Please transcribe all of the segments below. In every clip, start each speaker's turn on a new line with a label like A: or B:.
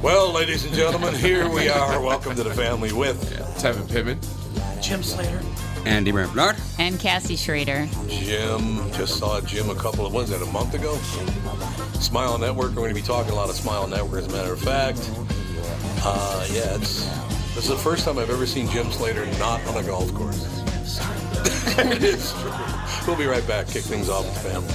A: Well, ladies and gentlemen, here we are. Welcome to the family with
B: Tevin Pittman.
C: Jim Slater.
D: Andy Bernard.
E: And Cassie Schrader.
A: Jim. Just saw Jim a couple of was that a month ago? Smile Network. We're going to be talking a lot of Smile Network, as a matter of fact. Uh, yeah, it's this is the first time I've ever seen Jim Slater not on a golf course. it is true. We'll be right back. Kick things off with the family.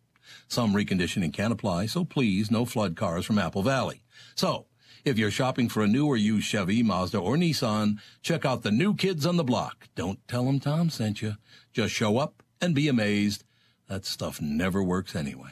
A: Some reconditioning can apply, so please no flood cars from Apple Valley. So, if you're shopping for a new or used Chevy, Mazda, or Nissan, check out the new kids on the block. Don't tell them Tom sent you. Just show up and be amazed. That stuff never works anyway.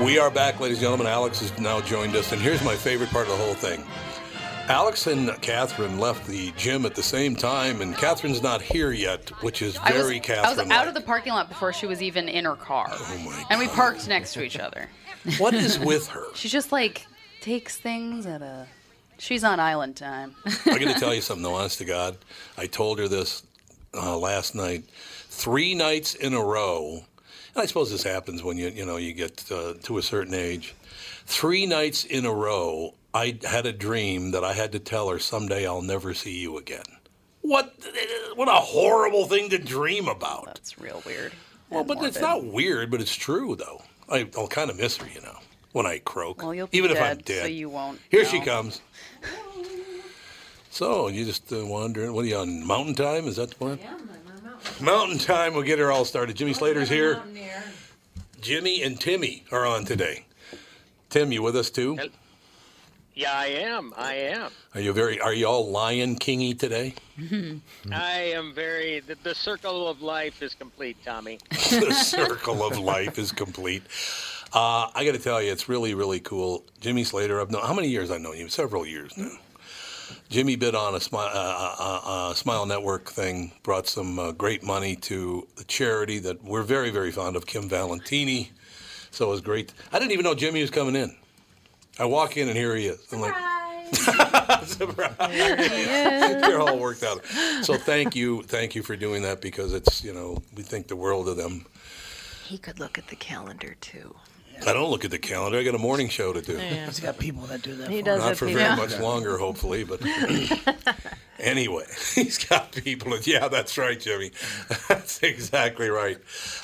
A: We are back, ladies and gentlemen. Alex has now joined us, and here's my favorite part of the whole thing. Alex and Catherine left the gym at the same time, and Catherine's not here yet, which is
E: I was-
A: very
E: I was
A: Catherine.
E: out of the parking lot before she was even in her car.
A: my
E: and we parked next to each other.
A: What is with her?
E: She just like takes things at a. She's on island time.
A: I got to tell you something, though, honest to God. I told her this uh, last night. Three nights in a row, and I suppose this happens when you you know you get uh, to a certain age. Three nights in a row, I had a dream that I had to tell her someday I'll never see you again. What what a horrible thing to dream about.
E: That's real weird.
A: Well,
E: and
A: but it's
E: morbid.
A: not weird, but it's true though. I, I'll kind of miss her, you know, when I croak,
E: Well, you'll be
A: even if I'm
E: dead,
A: dead.
E: so you won't
A: Here she
E: know.
A: comes. So you just uh, wandering. What are you on mountain time? Is that the plan? Yeah, mountain time. We'll get her all started. Jimmy Slater's here. Jimmy and Timmy are on today. Tim, you with us too?
F: Yeah, I am. I am.
A: Are you very? Are you all Lion Kingy today?
F: I am very. The, the circle of life is complete, Tommy.
A: the circle of life is complete. Uh, I got to tell you, it's really, really cool. Jimmy Slater, I've known how many years I know you? Several years now. Jimmy bid on a smile, uh, uh, uh, smile Network thing, brought some uh, great money to a charity that we're very, very fond of, Kim Valentini. So it was great. I didn't even know Jimmy was coming in. I walk in and here he is. I'm like, surprise! You're all worked out. So thank you, thank you for doing that because it's you know we think the world of them.
B: He could look at the calendar too.
A: I don't look at the calendar. I got a morning show to do.
D: He's got people that do that.
B: He
D: for
B: does
A: Not
B: have
A: for
B: people.
A: very much longer, hopefully. But anyway, he's got people. To, yeah, that's right, Jimmy. That's exactly right.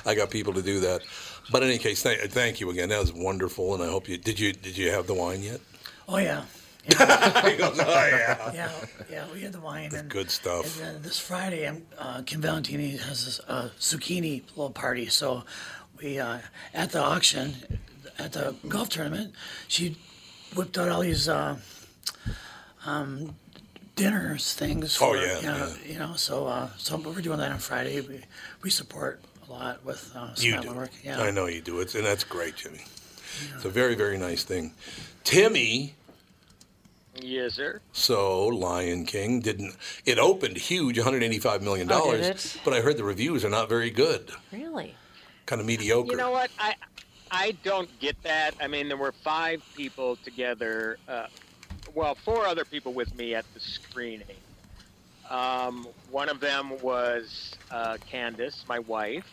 A: I got people to do that. But in any case, th- thank you again. That was wonderful, and I hope you did. You did you have the wine yet?
D: him. Oh yeah,
A: He goes, oh yeah,
D: yeah, yeah. We had the wine. and,
A: good stuff.
D: And then this Friday, I'm, uh, Kim Valentini has this uh, zucchini little party. So we uh, at the auction, at the golf tournament, she whipped out all these uh, um, dinners things.
A: Oh,
D: for,
A: yeah,
D: you know,
A: yeah.
D: you know. So uh, so we're doing that on Friday. We we support a lot with uh,
A: You
D: Scotland
A: do.
D: work. Yeah.
A: I know you do. It's and that's great, Jimmy. It's a very very nice thing. Timmy,
F: Yes, sir.
A: so Lion King didn't. It opened huge, 185 million
B: Oh,
A: dollars.
B: did it?
A: But I heard the reviews are not very good.
B: Really?
A: Kind of mediocre.
F: You know what? I I don't get that. I mean, there were five people together. Uh, well, four other people with me at the screening. Um, one of them was uh, Candace, my wife,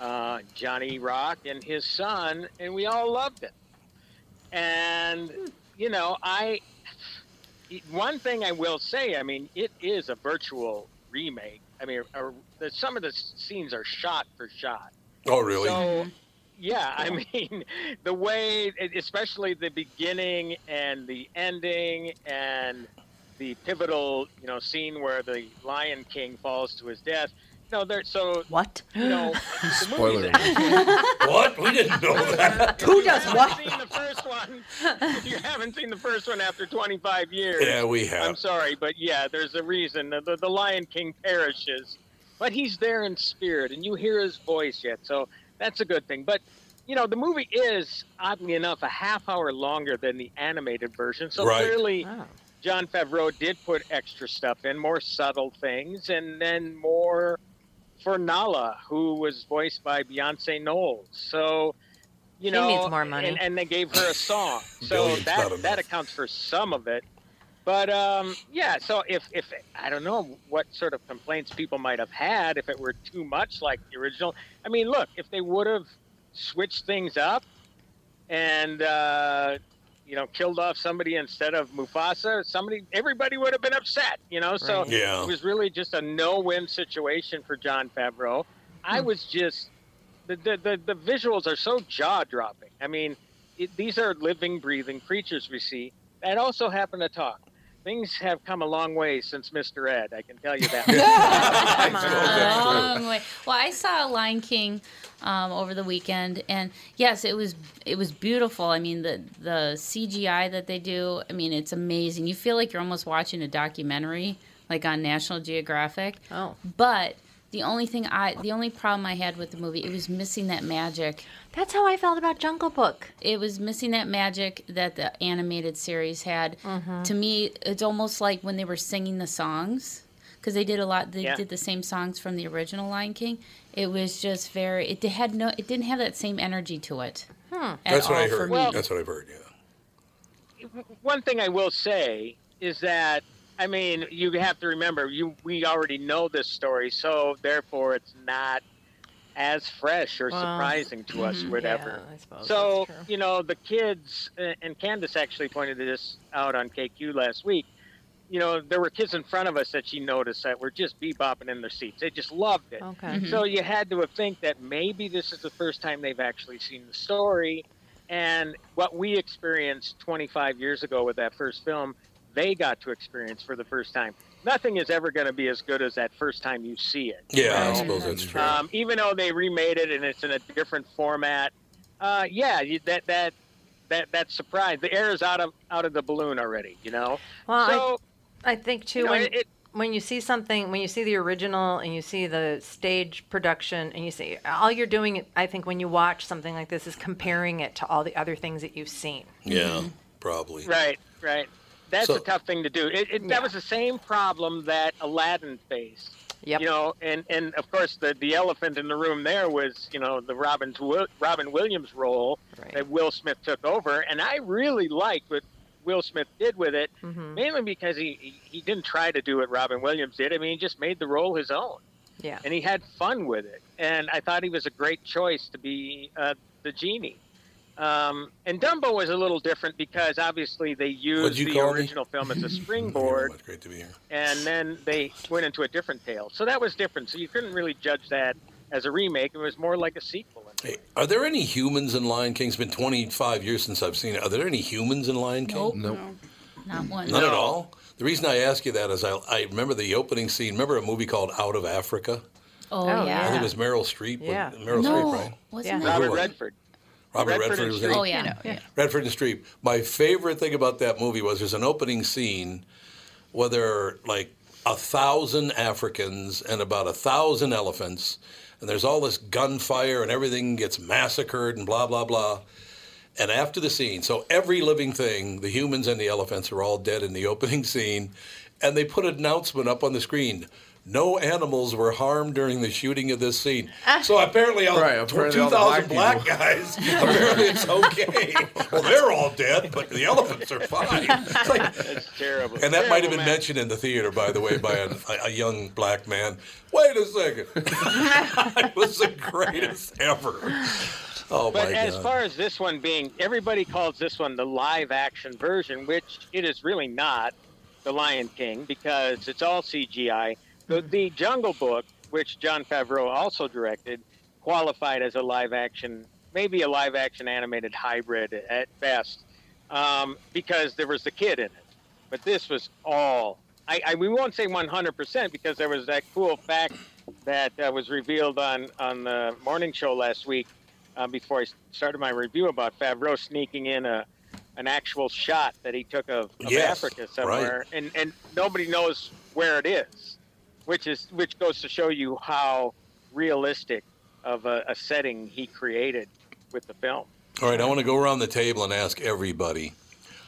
F: uh, Johnny Rock, and his son, and we all loved it. And you know, I one thing I will say, I mean, it is a virtual remake. I mean, a, the some of the s- scenes are shot for shot.
A: Oh, really?
F: So, yeah, I mean, the way, e, especially the beginning and the ending and the pivotal, you know, scene where the Lion King falls to his death. No, there. So,
B: What?
F: you know, the
G: Spoiler.
F: movie's
A: what? We didn't know that.
B: Who does
F: If you
B: what?
F: haven't seen the first one. If you haven't seen the first one after 25 years,
A: yeah, we
F: I'm
A: have.
F: sorry, but yeah, there's a reason. The, the, the Lion King perishes, but he's there in spirit, and you hear his voice yet, so that's a good thing. But you know, the movie is oddly enough a half hour longer than the animated version, so
A: Right.
F: clearly
B: Oh.
F: John Favreau did put extra stuff in, more subtle things, and then more for Nala, who was voiced by Beyonce Knowles. So, you
B: She
F: know,
B: needs more money.
F: And, and they gave her a song, so
A: Billion's not
F: that
A: enough.
F: that accounts for some of it. But um, yeah, so if if I don't know what sort of complaints people might have had if it were too much like the original. I mean, look, if they would have switched things up and uh, you know killed off somebody instead of Mufasa, somebody everybody would have been upset. You know, so
B: Right.
A: Yeah.
F: it was really just a no-win situation for John Favreau. I
A: Hmm.
F: was just the the the, the visuals are so jaw-dropping. I mean, it, these are living, breathing creatures we see that also happen to talk. Things have come a long way since Mr. Ed. I can tell you that.
A: I
B: Come
A: suppose
B: on.
A: that's true.
H: long way. Oh, Well, I saw Lion King um, over the weekend, and yes, it was it was beautiful. I mean, the the CGI that they do, I mean, it's amazing. You feel like you're almost watching a documentary, like on National Geographic.
B: Oh.
H: But the only thing I, the only problem I had with the movie, it was missing that magic.
B: That's how I felt about Jungle Book.
H: It was missing that magic that the animated series had.
B: Mm-hmm.
H: To me, it's almost like when they were singing the songs because they did a lot. They
F: Yeah.
H: did the same songs from the original Lion King. It was just very. It had no. It didn't have that same energy to it. Mm-hmm. at
A: That's what
H: all
A: I
H: for
A: heard.
H: me.
A: That's what I've heard. Yeah.
F: One thing I will say is that I mean, you have to remember you we already know this story, so therefore it's not as fresh or
B: Well,
F: surprising to us, whatever.
B: Yeah, I suppose.
F: So,
B: that's true.
F: you know, the kids, uh, and Candace actually pointed this out on KQ last week. You know, there were kids in front of us that she noticed that were just bebopping in their seats. They just loved it.
B: Okay.
F: So you had to have think that maybe this is the first time they've actually seen the story. And what we experienced 25 years ago with that first film, they got to experience for the first time. Nothing is ever going to be as good as that first time you see it.
A: Yeah, I
B: Right.
A: suppose that's true.
F: Um, even though they remade it and it's in a different format, uh, yeah, you, that that that that surprise. The air is out of out of the balloon already. You know.
B: Well,
F: so
B: I, I think too
F: you know,
B: when
F: it, it-
B: when you see something, when you see the original and you see the stage production and you see all you're doing, I think when you watch something like this is comparing it to all the other things that you've seen.
A: yeah,
H: Mm-hmm.
A: probably.
F: right, right. That's
A: So-
F: a tough thing to do. It, it,
B: Yeah.
F: That was the same problem that Aladdin faced.
B: Yep.
F: You know, and and of course the the elephant in the room there was you know the Robin's Wi- Robin Williams role
B: Right.
F: that Will Smith took over, and I really liked what Will Smith did with it,
B: Mm-hmm.
F: mainly because he he- he didn't try to do what Robin Williams did. I mean, he just made the role his own.
B: Yeah.
F: and he had fun with it. And I thought he was a great choice to be uh, the genie. Um, and Dumbo was a little different because obviously they used
A: you
F: the
A: call me?
F: original film as a springboard,
A: It's great to be here.
F: and then they went into a different tale. So that was different. So you couldn't really judge that as a remake. It was more like a sequel.
A: Hey, are there any humans in Lion King? It's been 25 years since I've seen it. Are there any humans in Lion King?
H: Nope.
G: Nope.
H: Not one.
A: None at all. The reason I ask you that is I, I remember the opening scene. Remember a movie called Out of Africa?
H: Oh,
B: Oh,
H: yeah.
A: I think it
B: yeah.
A: was Meryl Streep. with-
B: Yeah.
A: Meryl
H: no,
A: Streep, right?
H: wasn't
B: Yeah.
H: it?
F: Robert
A: was.
F: Redford.
A: Robert Redford,
F: Redford and
A: was in
F: Streep.
A: it.
H: Oh yeah. yeah.
A: Redford and Streep. My favorite thing about that movie was there's an opening scene where there are like a thousand Africans and about a thousand elephants, and there's all this gunfire and everything gets massacred and blah blah blah. And after the scene, so every living thing, the humans and the elephants, are all dead in the opening scene, and they put an announcement up on the screen. No animals were harmed during the shooting of this scene.
F: Ah.
A: So apparently, all
G: Right, apparently all the
A: 2,000
G: black people-
A: black guys. Apparently, it's okay. well, they're all dead, but the elephants are fine. It's like-
F: It's terrible.
A: and that might have
F: Terrible
A: been
F: match.
A: mentioned in the theater, by the way, by a, a young black man. Wait a second. it was the greatest ever. Oh,
F: But
A: my
F: as
A: God.
F: far as this one being, everybody calls this one the live action version, which it is really not The Lion King because it's all CGI. The, the Jungle Book, which John Favreau also directed, qualified as a live action, maybe a live action animated hybrid at best, um, because there was the kid in it. But this was all. I, I we won't say 100% because there was that cool fact that uh, was revealed on on the morning show last week uh, before I started my review about Favreau sneaking in a an actual shot that he took of, of
A: Yes,
F: Africa somewhere, and and nobody knows where it is, which is which goes to show you how realistic of a, a setting he created with the film.
A: All right, I want to go around the table and ask everybody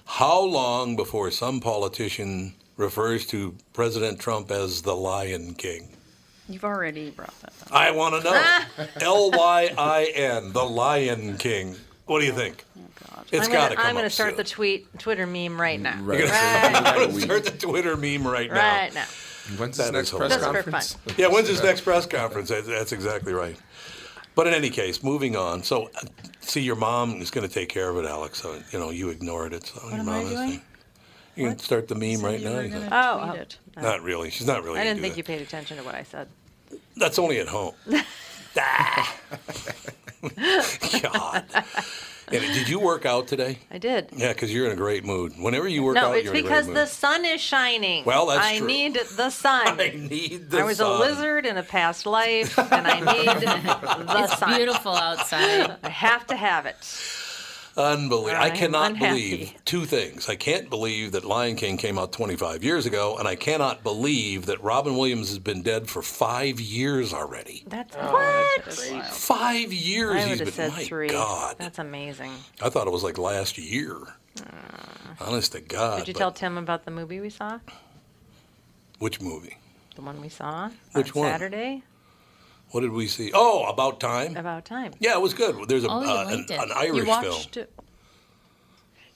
A: how long before some politician refers to President Trump as the Lion King?
E: You've already brought that up.
A: I want to know. L Y I N, the Lion King. What do you think? It's
B: Oh, I'm
A: got
B: gonna,
A: to come
B: I'm gonna
A: up
B: start
A: soon.
B: the tweet Twitter meme right now.
G: Right.
A: You're
B: Right.
A: I'm going to start the Twitter meme right now.
B: Right now.
G: When's this
A: That
G: next
A: is
G: press
A: hilarious.
B: Just for
G: conference?
A: Yeah, when's his next press conference? That- That's exactly right. But in any case, moving on. So, uh, see, your mom is going to take care of it, Alex. So, you know, you ignored it. So, your
E: am
A: mom
E: I
A: is.
E: doing?
A: You can start the meme right now. you can-
B: Oh, oh.
A: Not really. She's not really.
B: I didn't think
A: gonna do
B: you paid attention to what I said.
A: that. That's only at home. Ah. God. And did you work out today?
B: I did.
A: Yeah, because you're in a great mood. Whenever you work
B: No,
A: out,
B: it's
A: you're in a
B: because
A: great
B: the
A: mood.
B: sun is shining.
A: Well, that's
B: I
A: true.
B: need the sun.
A: I
B: I,
A: need the
B: was
A: sun.
B: a lizard in a past life, and I need the
H: It's
B: sun.
H: beautiful outside.
B: I have to have it.
A: Unbelievable. I
B: I'm
A: cannot
B: unhappy.
A: believe two things. I can't believe that Lion King came out 25 years ago, and I cannot believe that Robin Williams has been dead for five years already.
B: Oh, That's what.
A: Oh, Five years
B: I
A: he's
B: would
A: been.
B: have said
A: my
B: three.
A: God.
B: That's amazing.
A: I thought it was like last year. Honest to God.
B: Ah. Did you
A: Uh, but-
B: tell Tim about the movie we saw?
A: Which movie?
B: The one we saw
A: Which
B: on
A: one?
B: Saturday?
A: What did we see? Oh, About Time?
B: About time.
A: yeah, it was good. There's a,
H: Oh, you
A: uh, an,
H: liked it.
A: an
H: You
A: Irish
E: You
A: film.
E: watched it.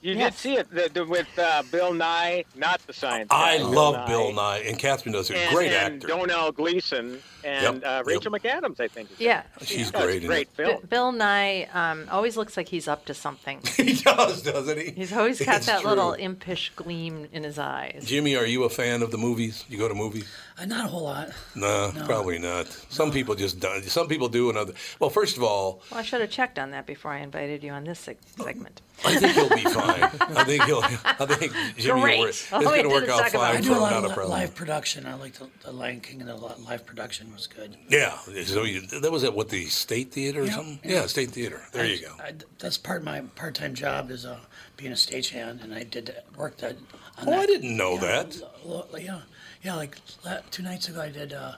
F: You
B: Yes.
F: did see it the, the, with uh, Bill Nye, not the science.
A: I
F: guy,
A: love Bill Nye, and Catherine does.
F: and,
A: great
F: and
A: actor.
F: Donnell Gleason and
A: Yep,
F: uh,
A: yep.
F: Rachel McAdams, I think. is in it.
B: Yeah.
A: She's
F: That's
A: great.
F: a
A: in
F: great
A: it.
F: film.
B: B- Bill Nye um, always looks like he's up to something.
A: he does, doesn't he?
B: He's always got
A: It's
B: that little
A: true.
B: impish gleam in his eyes.
A: Jimmy, are you a fan of the movies? You go to movies?
D: Uh, not a whole lot.
A: Nah, probably not. Some people just don't. Some people do, and other. Well, first of all,
B: Well, I should have checked on that before I invited you on this seg- segment.
A: I think he'll be fine. I think he'll. I think Jimmy will
B: Great.
D: Oh,
A: work. It's
B: All we
A: going to
B: did
A: work
B: is
A: out
B: talk about
D: I
A: fine.
D: do
A: for
D: a
A: him,
D: lot of
A: not a
D: li-
A: problem.
D: live production. I like the, the Lion King and the li- live production was good.
A: Yeah. So you, that was at what the State Theater or something. Yeah. State Theater. There you go.
D: I, that's part of my part-time job is uh, being a stagehand, and I did that, work that. On
A: Oh,
D: that.
A: I didn't know that.
D: Well, yeah, yeah. Like la- two nights ago, I did. Uh,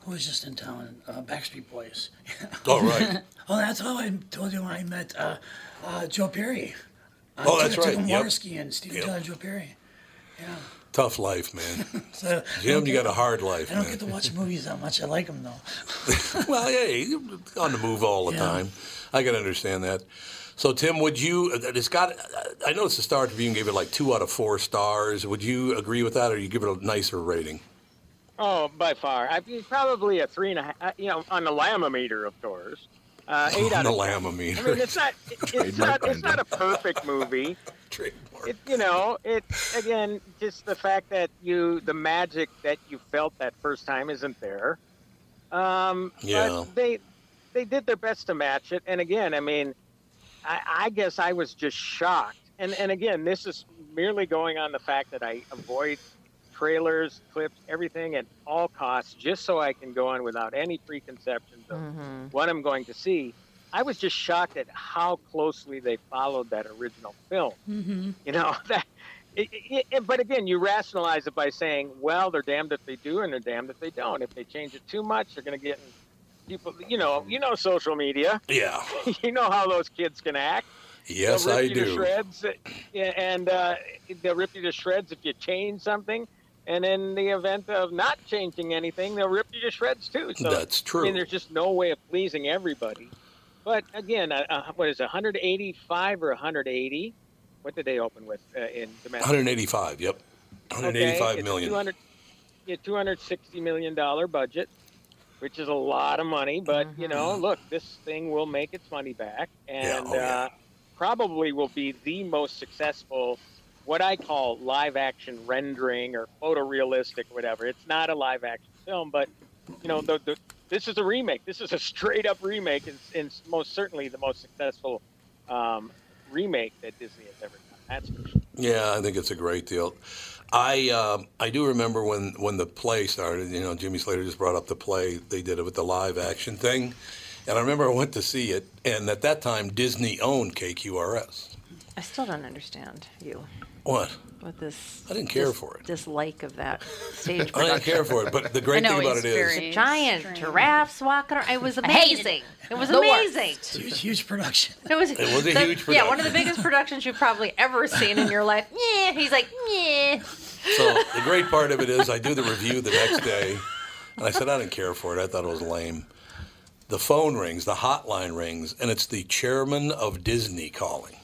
D: who was just in town? Uh, Backstreet Boys.
A: All right.
D: oh, that's how I told you when I met uh, uh, Joe Perry. Uh,
A: Oh, that's
D: Jacob
A: right. Yep.
D: Jaworski and Steven
A: Yep.
D: Tyler Joe Perry.
A: Tough life, man.
D: So
A: Jim, you got a hard life,
D: I don't
A: man.
D: get to watch movies that much. I like them though.
A: well, yeah, you on the move all the
D: Yeah.
A: time. I can understand that. So, Tim, would you? uh, It's got. I noticed the Star Tribune gave it like two out of four stars. Would you agree with that, or you give it a nicer rating?
F: Oh, by far. I mean, probably a three and a half. You know, on the lamometer, of course. Uh, eight out
A: the
F: of.
A: lamometer.
F: I mean, it's not. it- It's
A: Trademark
F: not. It's
A: binder.
F: not a perfect movie. It, you know, it again, just the fact that you, the magic that you felt that first time isn't there. Um, but
A: Yeah.
F: they, they did their best to match it, and again, I mean, I, I guess I was just shocked, and and again, this is merely going on the fact that I avoid trailers, clips, everything at all costs, just so I can go on without any preconceptions of
B: Mm-hmm.
F: what I'm going to see. I was just shocked at how closely they followed that original film. You know that. It, it, it- but again, you rationalize it by saying, "Well, they're damned if they do, and they're damned if they don't. If they change it too much, they're going to get in people. You know, you know, social media.
A: Yeah.
F: you know how those kids can act. They'll
A: Yes,
F: rip
A: I
F: you To
A: do.
F: shreds, yeah, and uh, they'll rip you to shreds if you change something. And in the event of not changing anything, they'll rip you to shreds too. So
A: That's
F: I
A: true.
F: mean, there's just no way of pleasing everybody. But again, uh, uh, what is it, 185 or 180? What did they open with uh, in domestic?
A: 185. Yep.
F: Okay,
A: 185
F: it's
A: million.
F: 200 yeah, 260 million dollar budget, which is a lot of money, but you know, look, this thing will make its money back and
A: Mm-hmm. Yeah, oh, yeah.
F: uh, probably will be the most successful what I call live action rendering or photorealistic whatever. It's not a live action film, but you know, the, the, this is a remake. This is a straight up remake and, and most certainly the most successful um, remake that Disney has ever done. That's for sure.
A: Yeah, I think it's a great deal. I um, I do remember when, when the play started. You know, Jimmy Slater just brought up the play. They did it with the live action thing, and I remember I went to see it. And at that time, Disney owned KQRS.
B: I still don't understand you
A: What?
B: with this.
A: I didn't care for it.
B: Dislike of that stage
A: I
B: production.
A: didn't care for it. But the great
E: I know,
A: thing about
E: it's
A: it is,
E: very-
B: The giant
E: Strange.
B: giraffes walking around. It was
H: hated
B: amazing. It, was
E: The worst.
B: amazing.
D: It's a huge, huge production.
B: It was, it
A: was a huge
B: Yeah, one of the biggest productions you've probably ever seen in your life. Yeah, he's like, yeah.
A: So the great part of it is I do the review the next day, and I said I didn't care for it. I thought it was lame. The phone rings, the hotline rings, and it's the chairman of Disney calling.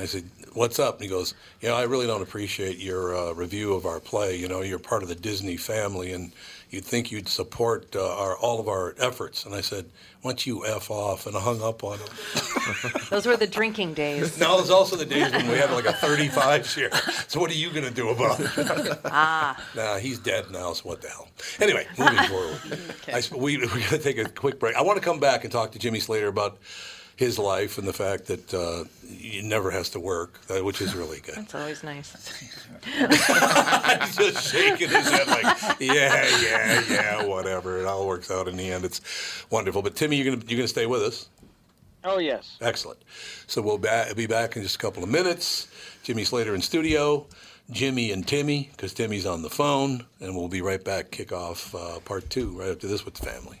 A: I said, "What's up?" And he goes, "You know, I really don't appreciate your uh, review of our play. You know, you're part of the Disney family, and you'd think you'd support uh, our all of our efforts." And I said, "Why don't you f off?" And I hung up on him.
B: Those were the drinking days.
A: Now there's also the days when we had like a 35 share. So what are you going to do about it? Nah, he's dead now, so what the hell? Anyway, moving forward. I sp- we, we're going to take a quick break. I want to come back and talk to Jimmy Slater about his life and the fact that uh, he never has to work, uh, which is really good.
B: It's always nice.
A: He's just shaking his head like, yeah, yeah, yeah, whatever. It all works out in the end. It's wonderful. But Timmy, you're going to you're going to stay with us.
F: Oh yes.
A: Excellent. So we'll ba- be back in just a couple of minutes. Jimmy Slater in studio, Jimmy and Timmy, because Timmy's on the phone, and we'll be right back. Kick off uh, part two right after this with the family.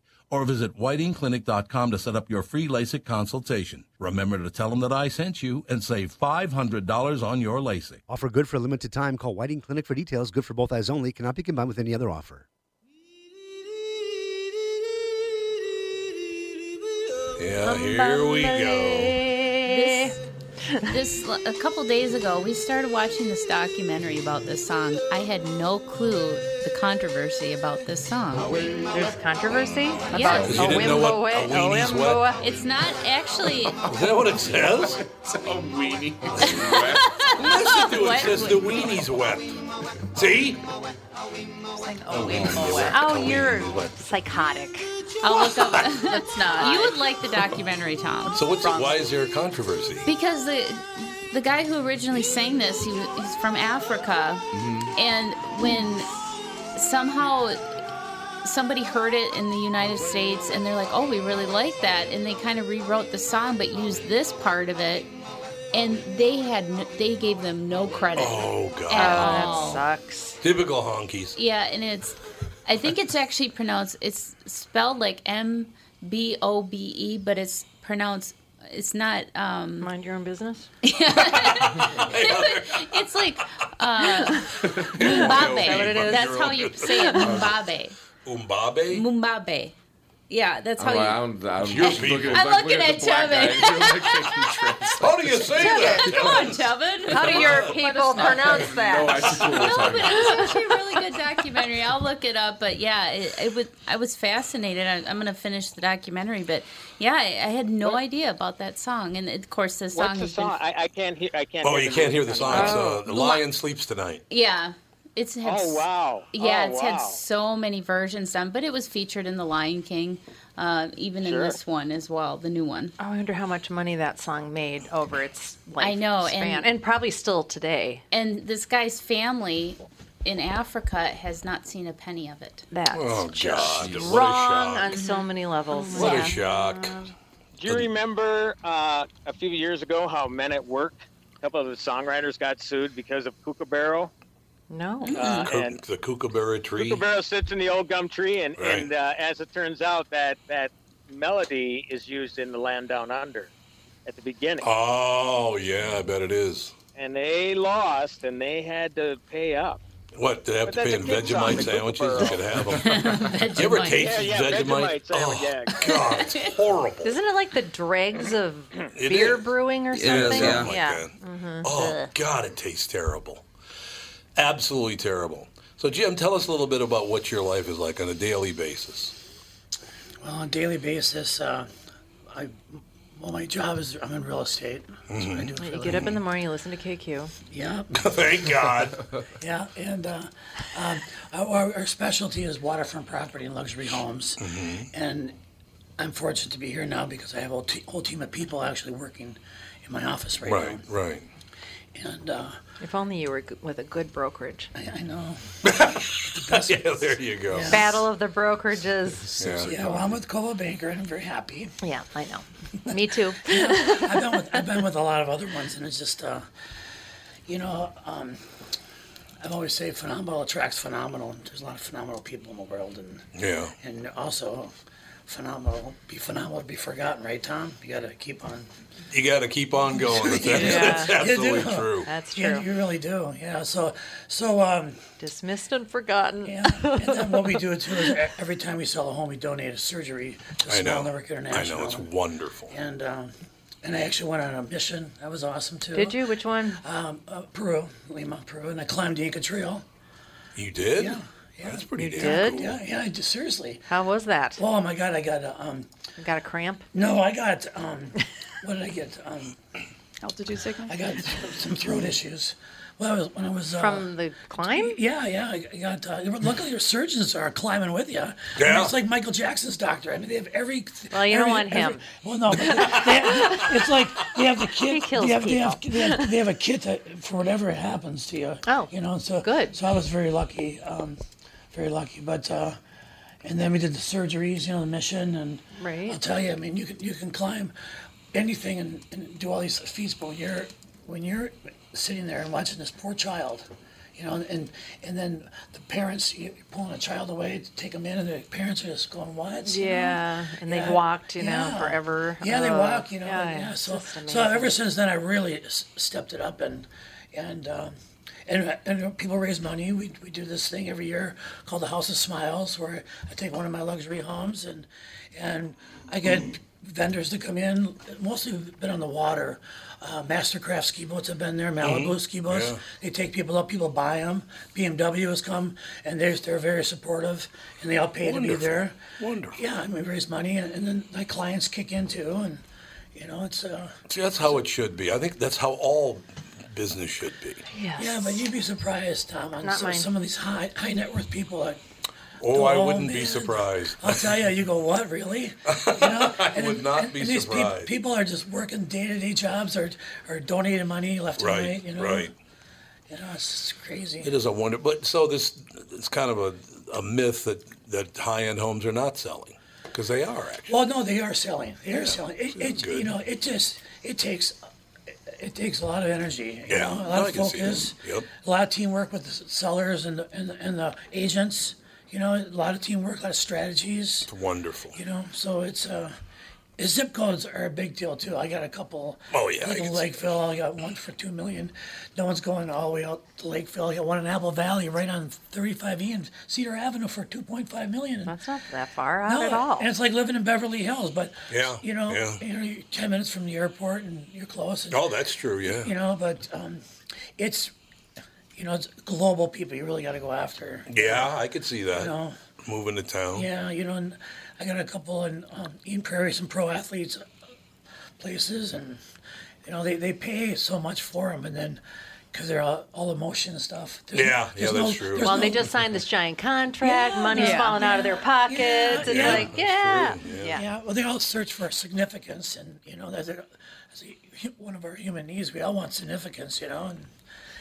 A: or visit whitingclinic.com to set up your free LASIK consultation. Remember to tell them that I sent you and save $500 on your LASIK.
I: Offer good for a limited time. Call Whiting Clinic for details. Good for both eyes only. Cannot be combined with any other offer.
A: Yeah, here we go.
H: This, this a couple days ago, we started watching this documentary about this song. I had no clue the controversy about this song.
B: Oh, There's controversy about
H: Yes.
A: Because you didn't know what a weenie's what?
H: It's not actually.
A: Is that what it says?
C: It's a weenie.
A: Listen to it.
H: What?
A: It says the weenies wept. See?
E: It's like, oh, wait, oh, wow.
B: Oh, you're psychotic.
H: I'll look up. That's
E: not.
H: You would like the documentary, Tom.
A: So what's why is there a controversy?
H: Because the the guy who originally sang this, he, was- he's from Africa,
B: Oh,
H: and when somehow somebody heard it in the United States, and they're like, "Oh, we really like that," and they kind of rewrote the song but used this part of it, and they had n they gave them no credit.
A: Oh, God.
H: at
B: Oh,
H: all.
B: that sucks.
A: Typical honkies.
H: Yeah, and it's I think it's actually pronounced it's spelled like M B O B E, but it's pronounced it's not um
B: Mind your own business.
H: it's like uh Mumbabe.
A: Is that what it is?
H: That's how you say it, Mumbabe.
A: Umbabe?
H: Mumbabe. Yeah, that's how
J: Oh, I
H: you
J: don't, I don't,
A: your
J: I'm looking at-
A: people.
H: I'm looking
J: the
H: at
J: black
H: Tevin.
J: guy. You're like,
A: How do you say that?
H: Come on, Tevin.
B: How do your people pronounce
J: no,
B: that?
J: I just don't know
H: No,
J: what's
H: but it
J: happening.
H: was actually a really good documentary. I'll look it up, but yeah, it, it was. I was fascinated. I, I'm gonna finish the documentary, but yeah, I, I had no idea about that song, and of course, this song
F: What's the
H: has been
F: song? I, I can't hear. I can't.
A: Oh, you can't hear the song. It's, uh,
B: Oh.
A: the lion sleeps tonight.
H: Yeah, it's had.
F: Oh wow.
H: Yeah,
F: oh,
H: it's
F: wow.
H: had so many versions done, but it was featured in The Lion King, uh, even in
F: Sure.
H: this one as well, the new one.
B: I wonder how much money that song made over its life
H: I know, and-
B: span, and, probably still today.
H: And this guy's family in Africa has not seen a penny of it.
B: That's
A: Oh,
B: just
A: God. What a
B: wrong
A: shock.
B: on so many levels.
A: What
H: Yeah.
A: a shock.
F: Do you remember uh, a few years ago how Men at Work, a couple of the songwriters got sued because of Kookaburra?
B: No.
F: Uh,
A: Coo-
F: and
A: the kookaburra tree.
F: Kookaburra sits in the old gum tree, and,
A: Right.
F: and uh, as it turns out, that, that melody is used in The Land Down Under at the beginning.
A: Oh, yeah, I bet it is.
F: And they lost, and they had to pay up.
A: What, do they have
F: But
A: to pay in
F: that's a kid's song,
A: Vegemite
F: the
A: sandwiches? You
F: kookaburra.
A: could have them. you ever
H: Vegemite.
A: taste
F: Yeah, yeah,
A: Vegemite?
F: Vegemite sandwich,
A: oh,
F: yeah.
A: God, it's horrible.
B: Isn't it like the dregs of
A: It
B: beer
A: is.
B: brewing or
J: is,
B: something? Mm-hmm.
J: yeah.
A: Something like that.
B: uh,
A: Oh God, it tastes terrible. Absolutely terrible. So Jim, tell us a little bit about what your life is like on a daily basis.
D: Well, on a daily basis, uh, I well, my job is I'm in real estate.
A: Mm-hmm.
D: That's what I do. for a
B: You get up in the morning, you listen to KQ.
D: living. Yeah,
A: Thank God.
D: yeah, and uh, um, our, our specialty is waterfront property and luxury homes,
A: Mm-hmm.
D: and I'm fortunate to be here now because I have a whole, te- whole team of people actually working in my office right,
A: right, right.
D: now, and uh,
B: If only you were g- with a good brokerage.
D: I, I know.
A: Yeah, there you go.
D: Yeah.
B: Battle of the brokerages.
A: Yeah.
D: Yeah, well, I'm with Cola Banker, and I'm very happy.
B: Yeah, I know. Me too.
D: I've been with I've been with a lot of other ones, and it's just, uh, you know, um, I always say phenomenal attracts phenomenal. There's a lot of phenomenal people in the world, and
A: Yeah.
D: and also phenomenal be phenomenal to be forgotten, right, Tom? You got to keep on.
A: You got to keep on going. That's, that's
D: You do.
A: absolutely true.
B: That's
D: Yeah,
B: true.
D: you really do. Yeah. So so um,
B: Dismissed and forgotten.
D: yeah. and then what we do too is every time we sell a home, we donate a surgery to
A: I know.
D: Small Network
A: I
D: International.
A: know. It's wonderful.
D: and um, and I actually went on a mission. That was awesome too.
B: Did you? Which one?
D: Um, uh, Peru, Lima, Peru, and I climbed the Inca Trail.
A: You did?
D: Yeah, yeah.
A: That's pretty
B: You
A: damn
B: did?
A: cool.
D: Yeah, yeah, I did- seriously.
B: How was that?
D: Oh my God, I got a, um,
B: Got a cramp?
D: no, I got, um, what did I get? Um,
E: altitude sickness.
D: I got some throat issues. Well, I was, when I was, uh,
B: From the climb?
D: yeah, yeah, I I got, uh, luckily your surgeons are climbing with you. Yeah.
A: Yeah.
D: it's like Michael Jackson's doctor. I mean, they have every.
B: Well, you don't
D: every-
B: want
D: every-
B: him.
D: well, no, but they, they have, it's like they have the kit.
B: kills
D: they, have, they, have, they, have, they have a kit that, for whatever happens to you.
B: Oh,
D: You know, so.
B: good.
D: So I was very lucky, um, very lucky. But, uh, and then we did the surgeries, you know, the mission, and
B: Right.
D: I'll tell you, I mean, you can you can climb anything and, and do all these feats, but when you're when you're sitting there and watching this poor child, you know, and and then the parents you- you're pulling a child away to take them in, and the parents are just going, "What?" you know?
B: Yeah, and they've
D: Yeah,
B: walked, you know,
D: yeah.
B: forever. uh,
D: Yeah, they
B: Ugh.
D: walk, you know.
B: Yeah,
D: Yeah, yeah.
B: it's
D: So
B: just
D: so
B: amazing.
D: ever since then, I really s- stepped it up and and. Um, and, and people raise money. We, we do this thing every year called the House of Smiles, where I take one of my luxury homes and and I get vendors to come in. Mostly we've been on the water. Uh, Mastercraft ski boats have been there. Malibu
K: Mhm.
D: ski boats.
K: Yeah.
D: They take people up. People buy them. BMW has come, and they're they're very supportive, and they all pay to be
K: Wonderful.
D: there.
L: Wonderful.
D: Yeah, and we raise money, and, and then my clients kick in too, and you know it's. Uh,
A: See, that's how it should be. I think that's how all business should be.
D: Yeah, but you'd be surprised, Tom, on
B: Not
D: some,
B: mine.
D: some of these high high net worth people. Like,
A: Oh, I
D: Oh,
A: wouldn't be
D: man.
A: surprised.
D: I'll tell you, you go, what really?
A: I would not be
D: And these peop-
A: surprised.
D: people are just working day to day jobs or or donating money left and
A: Right,
D: right. You know,
A: right.
D: You know, it's crazy.
A: It is a wonder, but so this it's kind of a, a myth that that high end homes are not selling because they are actually.
D: Well, no, they are selling. They
A: Yeah,
D: are selling. It,
A: that's
D: it
A: good.
D: you know, it just it takes it takes a lot of energy. You
A: Yeah,
D: know, a
A: no,
D: lot
A: I
D: of
A: can see that.
D: focus.
A: Yep.
D: A lot of teamwork with the s- sellers and the, and the, and the agents. You know, a lot of teamwork, a lot of strategies.
A: It's wonderful.
D: You know, so it's uh, zip codes are a big deal too. I got a couple.
A: Oh, yeah, I
D: like
A: can
D: in
A: see
D: Lakeville. I got one for two million. No one's going all the way out to Lakeville. I got one in Apple Valley, right on 35E and Cedar Avenue for 2.5 million. That's
B: not that far out at all.
D: And it's like living in Beverly Hills, but
A: Yeah,
D: you know,
A: yeah.
D: you know, you're 10 minutes from the airport and you're close. And,
A: Oh, that's true. Yeah.
D: You know, but um, it's you know, it's global people. You really got to go after.
A: yeah, I could see that.
D: No.
A: Moving to town.
D: Yeah, you know, and I got a couple in um, Eden Prairie, some pro athletes uh, places, and you know they, they pay so much for them, and then because they're all, all emotion and stuff. There's
A: Yeah,
D: no-
A: yeah,
D: there's
A: that's
D: no-
A: true.
D: there's
B: Well,
D: no-
B: they just signed this giant contract.
D: Yeah,
B: money's
D: yeah.
B: falling out of their pockets. it's
D: yeah.
B: like, yeah, yeah.
D: yeah. Well, they all search for significance, and you know that's, a, that's a, hu- one of our human needs. We all want significance, you know.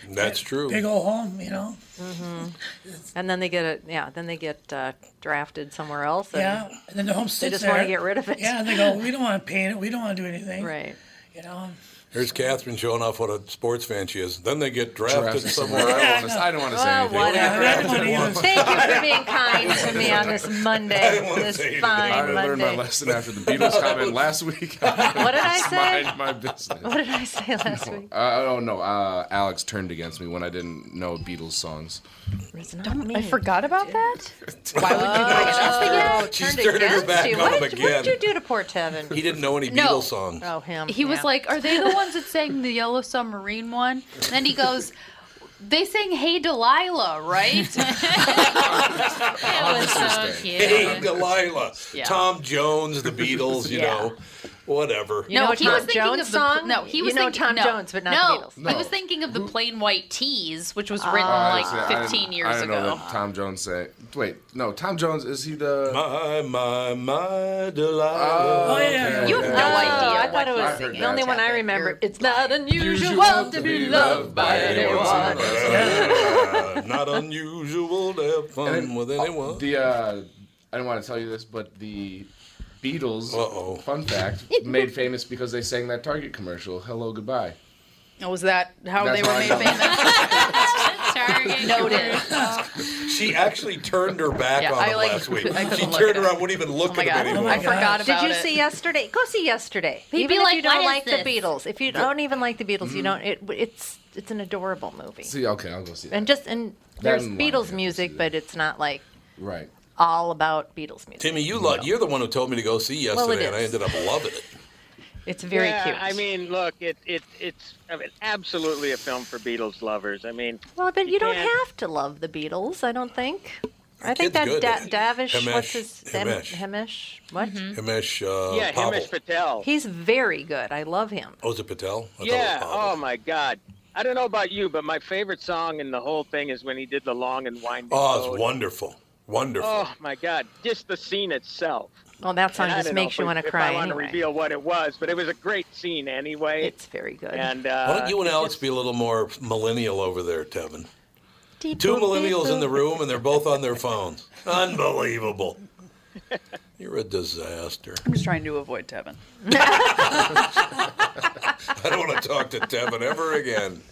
D: And
A: That's true.
D: Big old home, you know.
B: hmm And then they get it. Yeah, then they get uh, drafted somewhere else. And
D: Yeah, and then the home
B: They
D: sits
B: just want to
D: there.
B: get rid of it.
D: Yeah, and they go, we don't want to paint it. We don't want to do anything. Right. You know.
A: Here's Catherine showing off what a sports fan she is. Then they get drafted
C: Drafted
A: somewhere
C: somewhere. I don't
A: else.
C: wanna- I don't wanna say
B: Oh,
C: Well, anything. whatever.
A: Yeah, I don't
C: Whatever.
A: wanna-
B: Thank you for being kind to me on this Monday, this fine
C: I learned my
B: Monday.
C: lesson after the Beatles comment last week.
B: What did I
C: Just
B: say?
C: Mind my business.
B: What did I say last week?
M: I don't know. Uh, Alex turned against me when I didn't know Beatles songs.
B: Don't,
N: I forgot about that.
B: Why would you bring it up
N: again?
B: again?
A: She's
B: Turned
A: turning her
B: against
A: back
B: you.
A: on
B: what, did,
A: him
B: what did
A: again.
B: you do to poor Tevin?
A: He didn't know any
B: No.
A: Beatles songs.
B: Oh, him.
N: He was
B: yeah.
N: like, "Are they the ones that sang the Yellow Submarine one?" And then he goes, "They sang Hey Delilah, right?"
A: It
N: was
A: uh,
N: so
B: cute.
A: Hey, Delilah.
N: Yeah.
A: Tom Jones, the Beatles, you
B: Yeah.
A: know, whatever.
B: You know what
N: he
B: Tom
N: was thinking
B: Jones
N: of the,
B: song?
N: No, he
B: You
N: was
B: know
N: thinking,
B: Tom
N: no,
B: Jones, but not
N: no,
B: the Beatles.
N: He
M: No.
N: was thinking of the plain white tees, which was
M: Oh,
N: written
M: I
N: like
M: said- I-
N: 15 years
M: I don't
N: ago.
M: know what Tom Jones sang. Wait, no, Tom Jones is he the
A: my my my
M: Delilah?
A: Oh,
M: yeah,
B: You have no idea. I
M: what
B: thought it
M: he
B: was
M: heard
B: the
M: that.
B: only one I remember. It's not unusual
M: Usual
B: to be loved by anyone.
A: Yeah. Not unusual to have fun
M: And then- oh,
A: with anyone.
M: The uh, I didn't want to tell you this, but the Beatles, fun fact, made famous because they sang that Target commercial, "Hello Goodbye."
O: Oh, was that how
M: That's
O: they were
M: how
O: made
M: I know.
O: famous?
N: Noted.
A: She actually turned her back
N: Yeah,
A: on
N: I,
A: him
N: like,
A: last week.
N: I couldn't
A: She
N: look
A: turned
N: at Oh
A: around, wouldn't even look at him anymore.
B: Did you see yesterday? Go see yesterday.
N: He'd
B: even
N: be
B: if
N: like,
B: you
N: "What
B: don't
N: is
B: like the
N: this?"
B: Beatles, if you don't even like the Beatles, you
M: Mhm.
B: don't. It, it's it's an adorable movie.
M: See, okay, I'll go see that.
B: and just and
M: That
B: there's
M: and Lion,
B: Beatles music, but it's not like
M: right.
B: all about Beatles music.
A: Timmy, you lo- you're the one who told me to go see
B: Well,
A: yesterday,
B: it
A: and I
B: is.
A: ended up loving it.
B: It's very
F: yeah,
B: cute.
F: I mean, look, it, it it's I mean, absolutely a film for Beatles lovers. I mean,
B: well, but you, don't
F: can't-
B: have to love the Beatles. I don't think. I think
A: kid's
B: that
A: good at
B: da-
A: it.
B: Davish, what's
A: Himesh-
B: his Hem-
A: Himesh.
B: Himesh?
F: Mm-hmm.
B: What?
N: Mm-hmm.
A: Himesh uh,
F: yeah,
A: Pavel.
F: Himesh Patel.
B: He's very good. I love him.
A: Oh, is it Patel? I thought it was
F: yeah.
A: Pavel.
F: Oh my God. I don't know about you, but my favorite song in the whole thing is when he did the long and winding.
A: Oh,
F: road.
A: it's wonderful. Wonderful.
F: Oh my God! Just the scene itself.
B: Well, that song
F: And I
B: just
F: don't know
B: makes
F: if
B: you
F: we-
B: want to
F: if
B: cry
F: I want
B: anyway.
F: to reveal what it was, but it was a great scene anyway. It's
B: very good.
F: And
A: Why
F: uh,
A: don't you and Alex be a little more millennial over there, Tevin?
B: Deep boop,
A: Two
B: deep
A: millennials in the
B: boop.
A: room, and they're both on their phones. Unbelievable. You're a disaster.
O: I'm just trying to avoid Tevin.
A: I don't want to talk to Tevin ever again.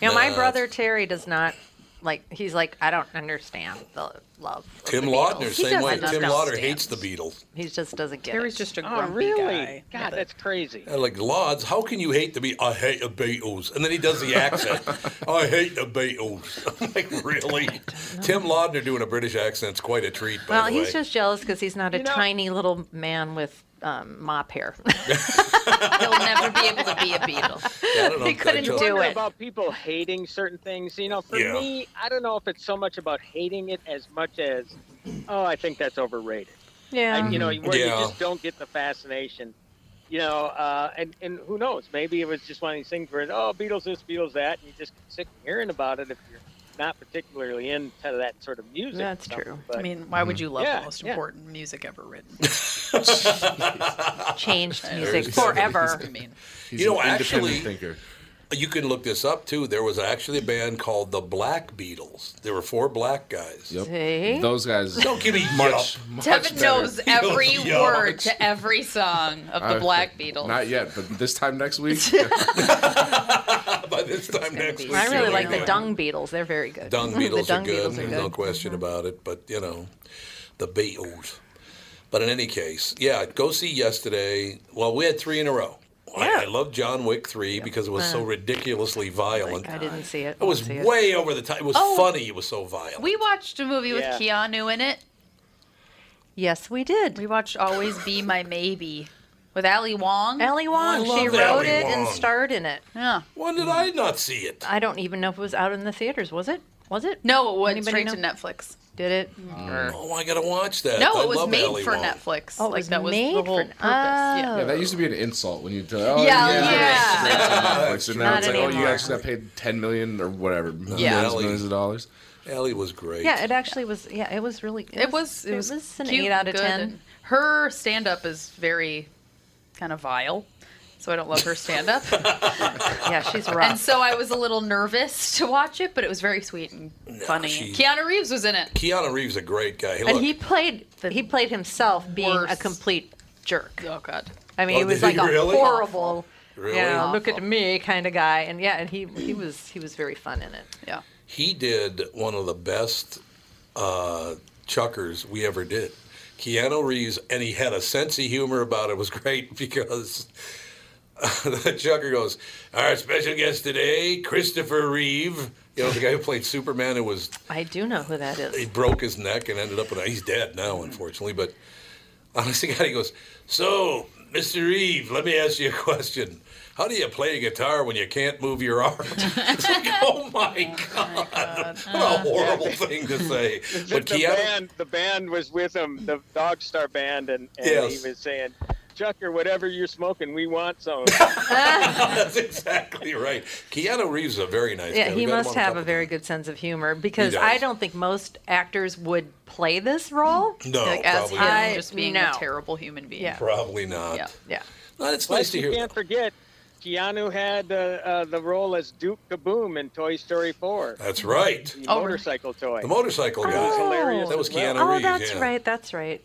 B: You know,
A: Nah,
B: my
A: it's-
B: brother Terry does not Like he's like, I don't understand the love. of
A: Tim
B: the
A: Laudner,
B: Beatles."
A: same way.
B: He doesn't
A: Tim Lauder
B: understand.
A: hates the Beatles.
B: He just doesn't get
F: Terry's
B: it.
F: just a Oh, grumpy really? guy. God, that's crazy.
A: And like Lauds, how can you hate the Beatles? I hate the Beatles, and then he does the accent. I hate the Beatles. I'm like really, Tim Laudner doing a British accent's quite a treat. By
B: Well,
A: the
B: he's
A: way.
B: just jealous because he's not a
N: You know-
B: tiny little man with um, mop hair.
N: He'll never be able to be a beetle.
A: I don't know
B: He
A: if that
B: couldn't
A: joke-
B: do
F: wonder
B: it.
F: about people hating certain things. You know, for
A: Yeah.
F: me, I don't know if it's so much about hating it as much as, oh, I think that's overrated.
B: Yeah.
F: I- you know,
B: Mhm.
F: where
A: Mm-hmm. Yeah.
F: you just don't get the fascination. You know, uh, and and who knows? Maybe it was just one of these things where, oh, Beatles this, Beatles that, and you just get sick of hearing about it if you're not particularly into that sort of music.
P: That's
F: and stuff,
P: true.
F: but-
P: I mean,
M: Mm.
P: why would you love
F: Yeah,
P: the most
F: yeah.
P: important music ever written?
B: Changed music
A: There's-
B: forever.
A: you know,
M: an independent
A: actually, you can look this up too. There was actually a band called the Black Beatles. There were four black guys.
M: Yep.
B: See?
M: Those guys.
A: Don't give me
M: much.
A: yup.
M: much
N: Tevin
M: better.
N: knows every
M: Yup.
N: word to every song of the
M: Uh,
N: Black Beatles.
M: Not yet, but this time next week.
A: By this time next week,
B: I really
A: you'll
B: like
A: be
B: the
A: done.
B: dung beetles. They're very good.
A: Dung
B: the
A: Beatles
B: dung
A: are good,
B: beetles are
A: no
B: good. Uh-huh.
A: question about it. But you know, the Beatles. But in any case, yeah, go see yesterday. Well, we had three in a row. I, I love John Wick three because it was so
B: Uh,
A: ridiculously violent.
B: I didn't see it.
A: It was
B: Won't see
A: way over the top. It was
N: Oh.
A: funny. It was so violent.
N: We watched a movie
A: Yeah.
N: with Keanu in it.
B: Yes, we did.
N: We watched Always Be My Maybe with Ali Wong.
B: Ali Wong.
N: I
B: She
N: love
B: wrote
N: Ali
B: it and
A: Wong.
B: starred in it.
N: Yeah.
A: When did I not see it?
B: I don't even know if it was out in the theaters. Was it? Was it?
N: No, it went
B: Anybody
N: straight
B: know?
N: to Netflix.
B: Did it? Mm.
A: Oh, I gotta watch that.
N: No,
A: I
N: it was
A: love
N: made
A: Ali
N: for
A: Wong.
N: Netflix.
B: Oh, it
N: like
B: was
N: that was
B: made
N: the whole
B: for- Oh.
N: purpose.
M: Yeah,
N: Yeah.
M: that used to be an insult when you tell. Oh,
N: Yeah,
M: yeah.
N: yeah.
M: Netflix, and now
B: Not
M: it's like, oh, you
B: anymore.
M: guys got paid ten million or whatever, millions,
A: Yeah.
M: millions of dollars.
A: Ellie was great.
B: Yeah, it actually was. Yeah, it was really.
N: It was it was,
B: an
N: cute,
B: eight out of
N: good,
B: ten.
N: and Her stand up is very kind of vile. So I don't love her stand up.
B: yeah, she's rough.
N: and so I was a little nervous to watch it, but it was very sweet and funny.
A: she-
N: Keanu Reeves was in it.
A: Keanu Reeves a great guy. Hey, look,
B: and he played he played himself being a complete jerk.
N: Oh God.
B: I mean,
A: Oh,
B: he was
A: did he
B: like a
A: really?
B: horrible,
A: Really?
B: you know, look at me kind of guy. And yeah, and he he was he was very fun in it.
N: Yeah.
A: he did one of the best uh, chuckers we ever did. Keanu Reeves, and he had a sense of humor about it. It was great because the chucker goes, "Our special guest today, Christopher Reeve." You know, the guy who played Superman, who was
B: I do know who that
A: he
B: is.
A: broke his neck and ended up in a, he's dead now, unfortunately. But honestly, God, he goes, So, Mr. Eve, let me ask you a question. How do you play guitar when you can't move your arm? It's like, oh my God.
F: Oh.
A: What a horrible thing to say.
F: the,
A: But
F: the
A: Keanu,
F: band, the band was with him, the Dog Star band, and, and
A: Yes.
F: he was saying, "Chucker, whatever you're smoking, we want some."
A: that's exactly right. Keanu Reeves is a very nice
B: Yeah,
A: guy.
B: he
A: We got him
B: must
A: on a
B: have
A: couple-
B: a very good sense of humor because
A: does.
B: I don't think most actors would play this role.
A: No,
N: like as
A: probably
N: him,
A: not.
N: just being
B: no.
N: a terrible human being.
B: Yeah.
A: Probably not.
N: Yeah.
B: Yeah.
A: No, it's
F: Plus,
A: nice to
F: you
A: hear.
F: can't forget, Keanu had uh, uh, the role as Duke Kaboom in Toy Story 4.
A: That's right.
F: The
A: Oh,
F: motorcycle toy.
A: The motorcycle
F: It
A: guy.
F: was hilarious
A: That was
F: as well.
A: Keanu
B: Oh,
A: Reeves.
B: that's
A: yeah.
B: right. That's right.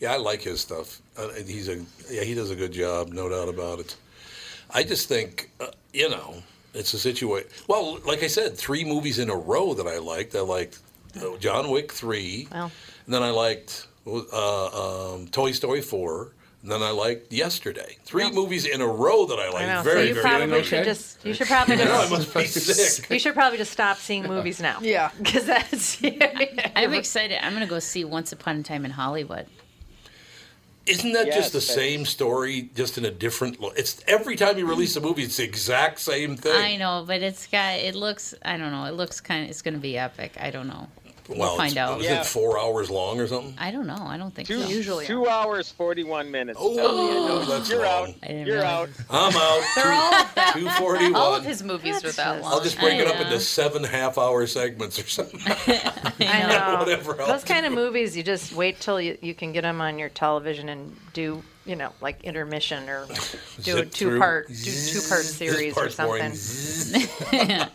A: Yeah, I like his stuff. Uh, and he's a yeah, he does a good job, no doubt about it. I just think uh, you know it's a situation. Well, like I said, three movies in a row that I liked. I liked uh, John Wick three,
B: Well.
A: and then I liked uh, um, Toy Story four. And then I liked yesterday. Three movies in a row that I liked.
B: I know.
A: Very,
B: so you
A: very
B: probably
A: good.
B: should just you should probably
A: No, I
B: just
A: must be sick.
B: you should probably just stop seeing movies now.
N: Yeah.
B: Because that's
H: I'm excited. I'm gonna go see Once Upon a Time in Hollywood.
A: Isn't that
H: Yes,
A: just the
H: that-
A: same story, just in a different? Lo- it's every time you release a movie, it's the exact same thing.
H: I know, but it's got. It looks. I don't know. It looks kind. of It's gonna be epic. I don't know. We'll,
A: Well,
H: find
A: it's-
H: out.
A: Is it four hours long or something?
H: I don't know. I don't think
F: Two,
H: so.
F: two hours, 41 minutes. Oh,
A: that's
F: You're
A: long.
F: out. You're out.
A: I'm out.
N: They're all of that.
A: Two forty-one.
N: All of his movies are that long.
A: I'll just break it up into seven half-hour segments or something.
B: I know.
A: Whatever else.
B: Those kind of movies, you just wait till you, you can get them on your television and do, you know, like intermission or do a
A: Zip through.
B: two part do two part series or
A: part's boring.
B: something.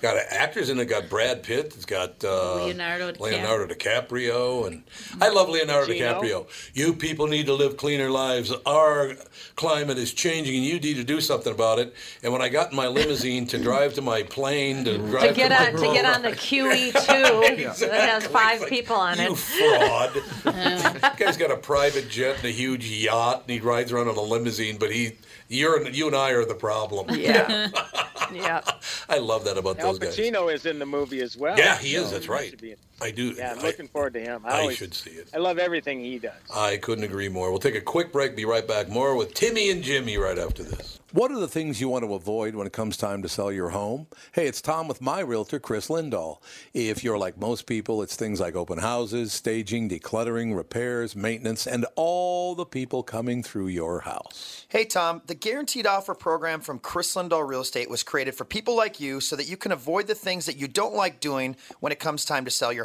A: got a- actors in it. Got Brad Pitt. It's got uh,
H: Leonardo DiCaprio.
A: Leonardo DiCaprio, and I love Leonardo
H: Gino.
A: DiCaprio. You people need to live cleaner lives. Our climate is changing, and you need to do something about it. And when I got in my limousine to drive to my plane to drive
B: to get
A: my
B: on to get on the QE2 that has five people on it.
A: You fraud. that guy's got a private jet and a huge yacht, and he rides around on a limousine. But he, you're, you and I are the problem.
F: Yeah.
B: yeah.
A: I love that about
F: Al
A: those guys.
F: Pacino is in the movie as well.
A: Yeah, he is,
F: So
A: that's
F: he
A: right.
F: should be in-
A: I do.
F: Yeah, I'm
A: I-
F: looking forward to him. I,
A: I
F: always,
A: should see it.
F: I love everything he does.
A: I couldn't agree more. We'll take a quick break. Be right back. More with Timmy and Jimmy right after this. What are the things you want to avoid when it comes time to sell your home? Hey, it's Tom with my realtor, Chris Lindahl. If you're like most people, it's things like open houses, staging, decluttering, repairs, maintenance, and all the people coming through your house.
Q: Hey, Tom, the Guaranteed Offer program from Chris Lindahl Real Estate was created for people like you so that you can avoid the things that you don't like doing when it comes time to sell your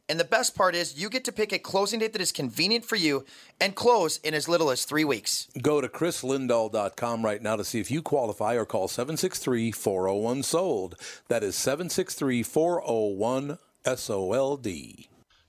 Q: And the best part is, you get to pick a closing date that is convenient for you and close in as little as three weeks.
A: Go to chrislindahl.com right now to see if you qualify or call 763 401 SOLD. That is 763 401 SOLD.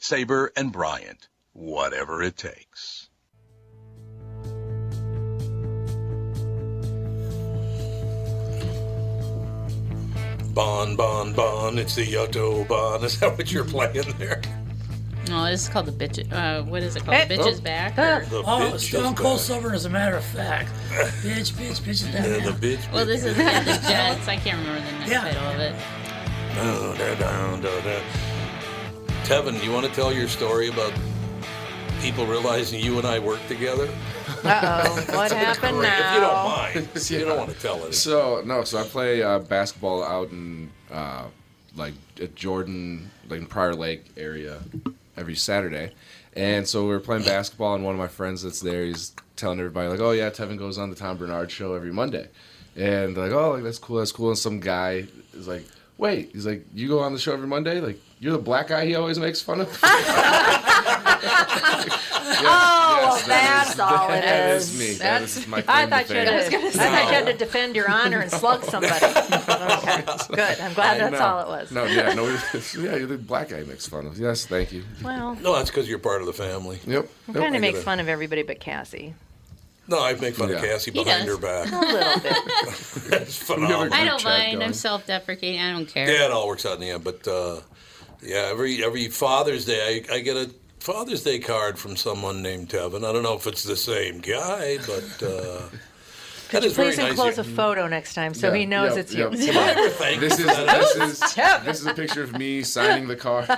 A: Sabre and Bryant, whatever it takes. Bon, bon, bon, it's the Autobahn. Is that what you're playing there?
H: No, this is called the bitch. Uh, what is it called?
D: Hey.
H: Bitches
D: Oh.
H: back.
D: Oh,
H: or-
D: Stone Cold Silver, as a matter of fact. bitch, bitch, bitch. is that
A: the bitch.
H: Well, this is yeah, the Jets. I can't remember the next
D: Yeah.
H: title of it.
A: Da, da, da, da, da. Tevin, do you want to tell your story about people realizing you and I work together?
B: Uh oh, what happened
A: Great,
B: now?
A: If you don't mind, you don't want to tell it.
M: So no, so I play uh, basketball out in uh, like at Jordan, like in Prior Lake area, every Saturday, and so we were playing basketball, and one of my friends that's there, he's telling everybody like, oh yeah, Tevin goes on the Tom Bernard show every Monday, and they're like, oh like that's cool, that's cool, and some guy is like, wait, he's like, you go on the show every Monday, like you're the black guy he always makes fun of.
B: oh,
M: yes, that
B: that's
M: is-
B: all it
M: that
B: is.
M: is me. That is my
B: I
M: claim to
B: thought you had,
M: fame.
B: to,
M: I was gonna
B: I
M: say.
B: thought you had to defend your honor and slug somebody. okay, good. I'm glad
M: I
B: that's
M: know.
B: all it was.
M: No, yeah, no, yeah, you're the black guy makes fun of. Yes, thank you.
B: Well,
A: No, that's because you're part of the family.
M: Yep.
A: Nope.
B: kind
A: I
B: of makes
A: gotta-
B: fun of everybody but Cassie.
A: No, I make fun of Cassie
H: He
A: behind her
H: does.
A: back.
B: A little bit.
A: it's phenomenal.
H: I don't mind. I'm self-deprecating. I don't care.
A: Yeah, it all works out in the end. But uh, yeah, every every Father's Day, I, I get a Father's Day card from someone named Tevin. I don't know if it's the same guy, but uh, that
B: Could you
A: is very
B: please
A: nice.
B: enclose
A: of
B: a
A: you.
B: photo next time so
M: Yeah,
B: he knows
M: yep,
B: it's
M: yep.
B: you?
M: Come on.
A: Thank
M: this
A: you
M: is
A: for that.
M: this is this is a picture of me signing the card.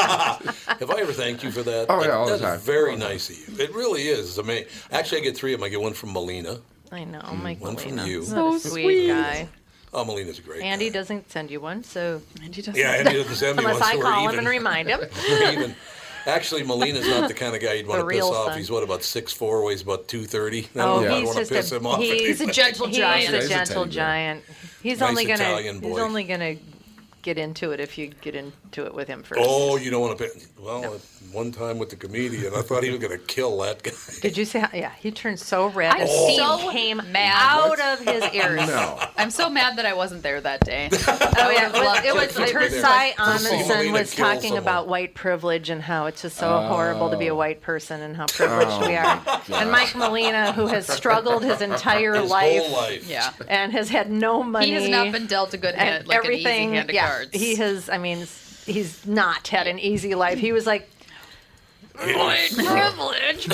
A: Have I ever thanked you for that?
M: Oh, yeah,
A: That-
M: all the
A: that is
M: time.
A: very nice of you. It really is. I mean, actually, I get three of them. I get one from Melina,
B: I know, Mike.
A: one from you.
B: So sweet guy.
A: Oh, Melina's great.
B: Andy doesn't send you one, so Andy doesn't.
A: Yeah, Andy doesn't send me
B: unless
A: one, so
B: I
A: we're
B: call him
A: even.
B: and remind him.
A: We're even. Actually, Molina's not the kind of guy you'd want
B: The
A: to piss
B: real
A: off.
B: son.
A: He's what about six four, weighs about two thirty.
B: oh,
A: I don't
B: he's
A: want to
B: just
A: piss
B: a,
A: him off.
B: he's a gentle giant.
A: Yeah,
B: He's a
A: he's a teddy
B: gentle
A: bear.
B: giant. He's
A: Nice
B: only gonna.
A: Italian
B: He's
A: boy.
B: only gonna get into it if you get into it with him first.
A: Oh, you don't want to piss. Well, uh, one time with the comedian, I thought he was going to kill that guy.
B: Did you see? How, yeah, he turned so red.
N: I'm
B: and
N: so
A: Oh.
B: steam came out
N: mad.
B: of his ears.
N: I'm so mad that I wasn't there that day. oh
B: Yeah, it was, it was Cy
N: Molina
B: Amundsen was
N: kill
B: talking
N: someone.
B: about white privilege and how it's just so horrible to be a
A: Oh.
B: white person and how privileged
N: Oh,
B: we are. And Mike Molina, who has struggled his entire
N: His whole
B: life,
N: life. Yeah.
B: and has had no money.
N: He has not been dealt a good
B: and
N: hand, like an easy
B: everything.
N: hand of
B: yeah,
N: cards.
B: he has. I mean, s- he's not had an easy life. He was like,
A: My
B: privilege.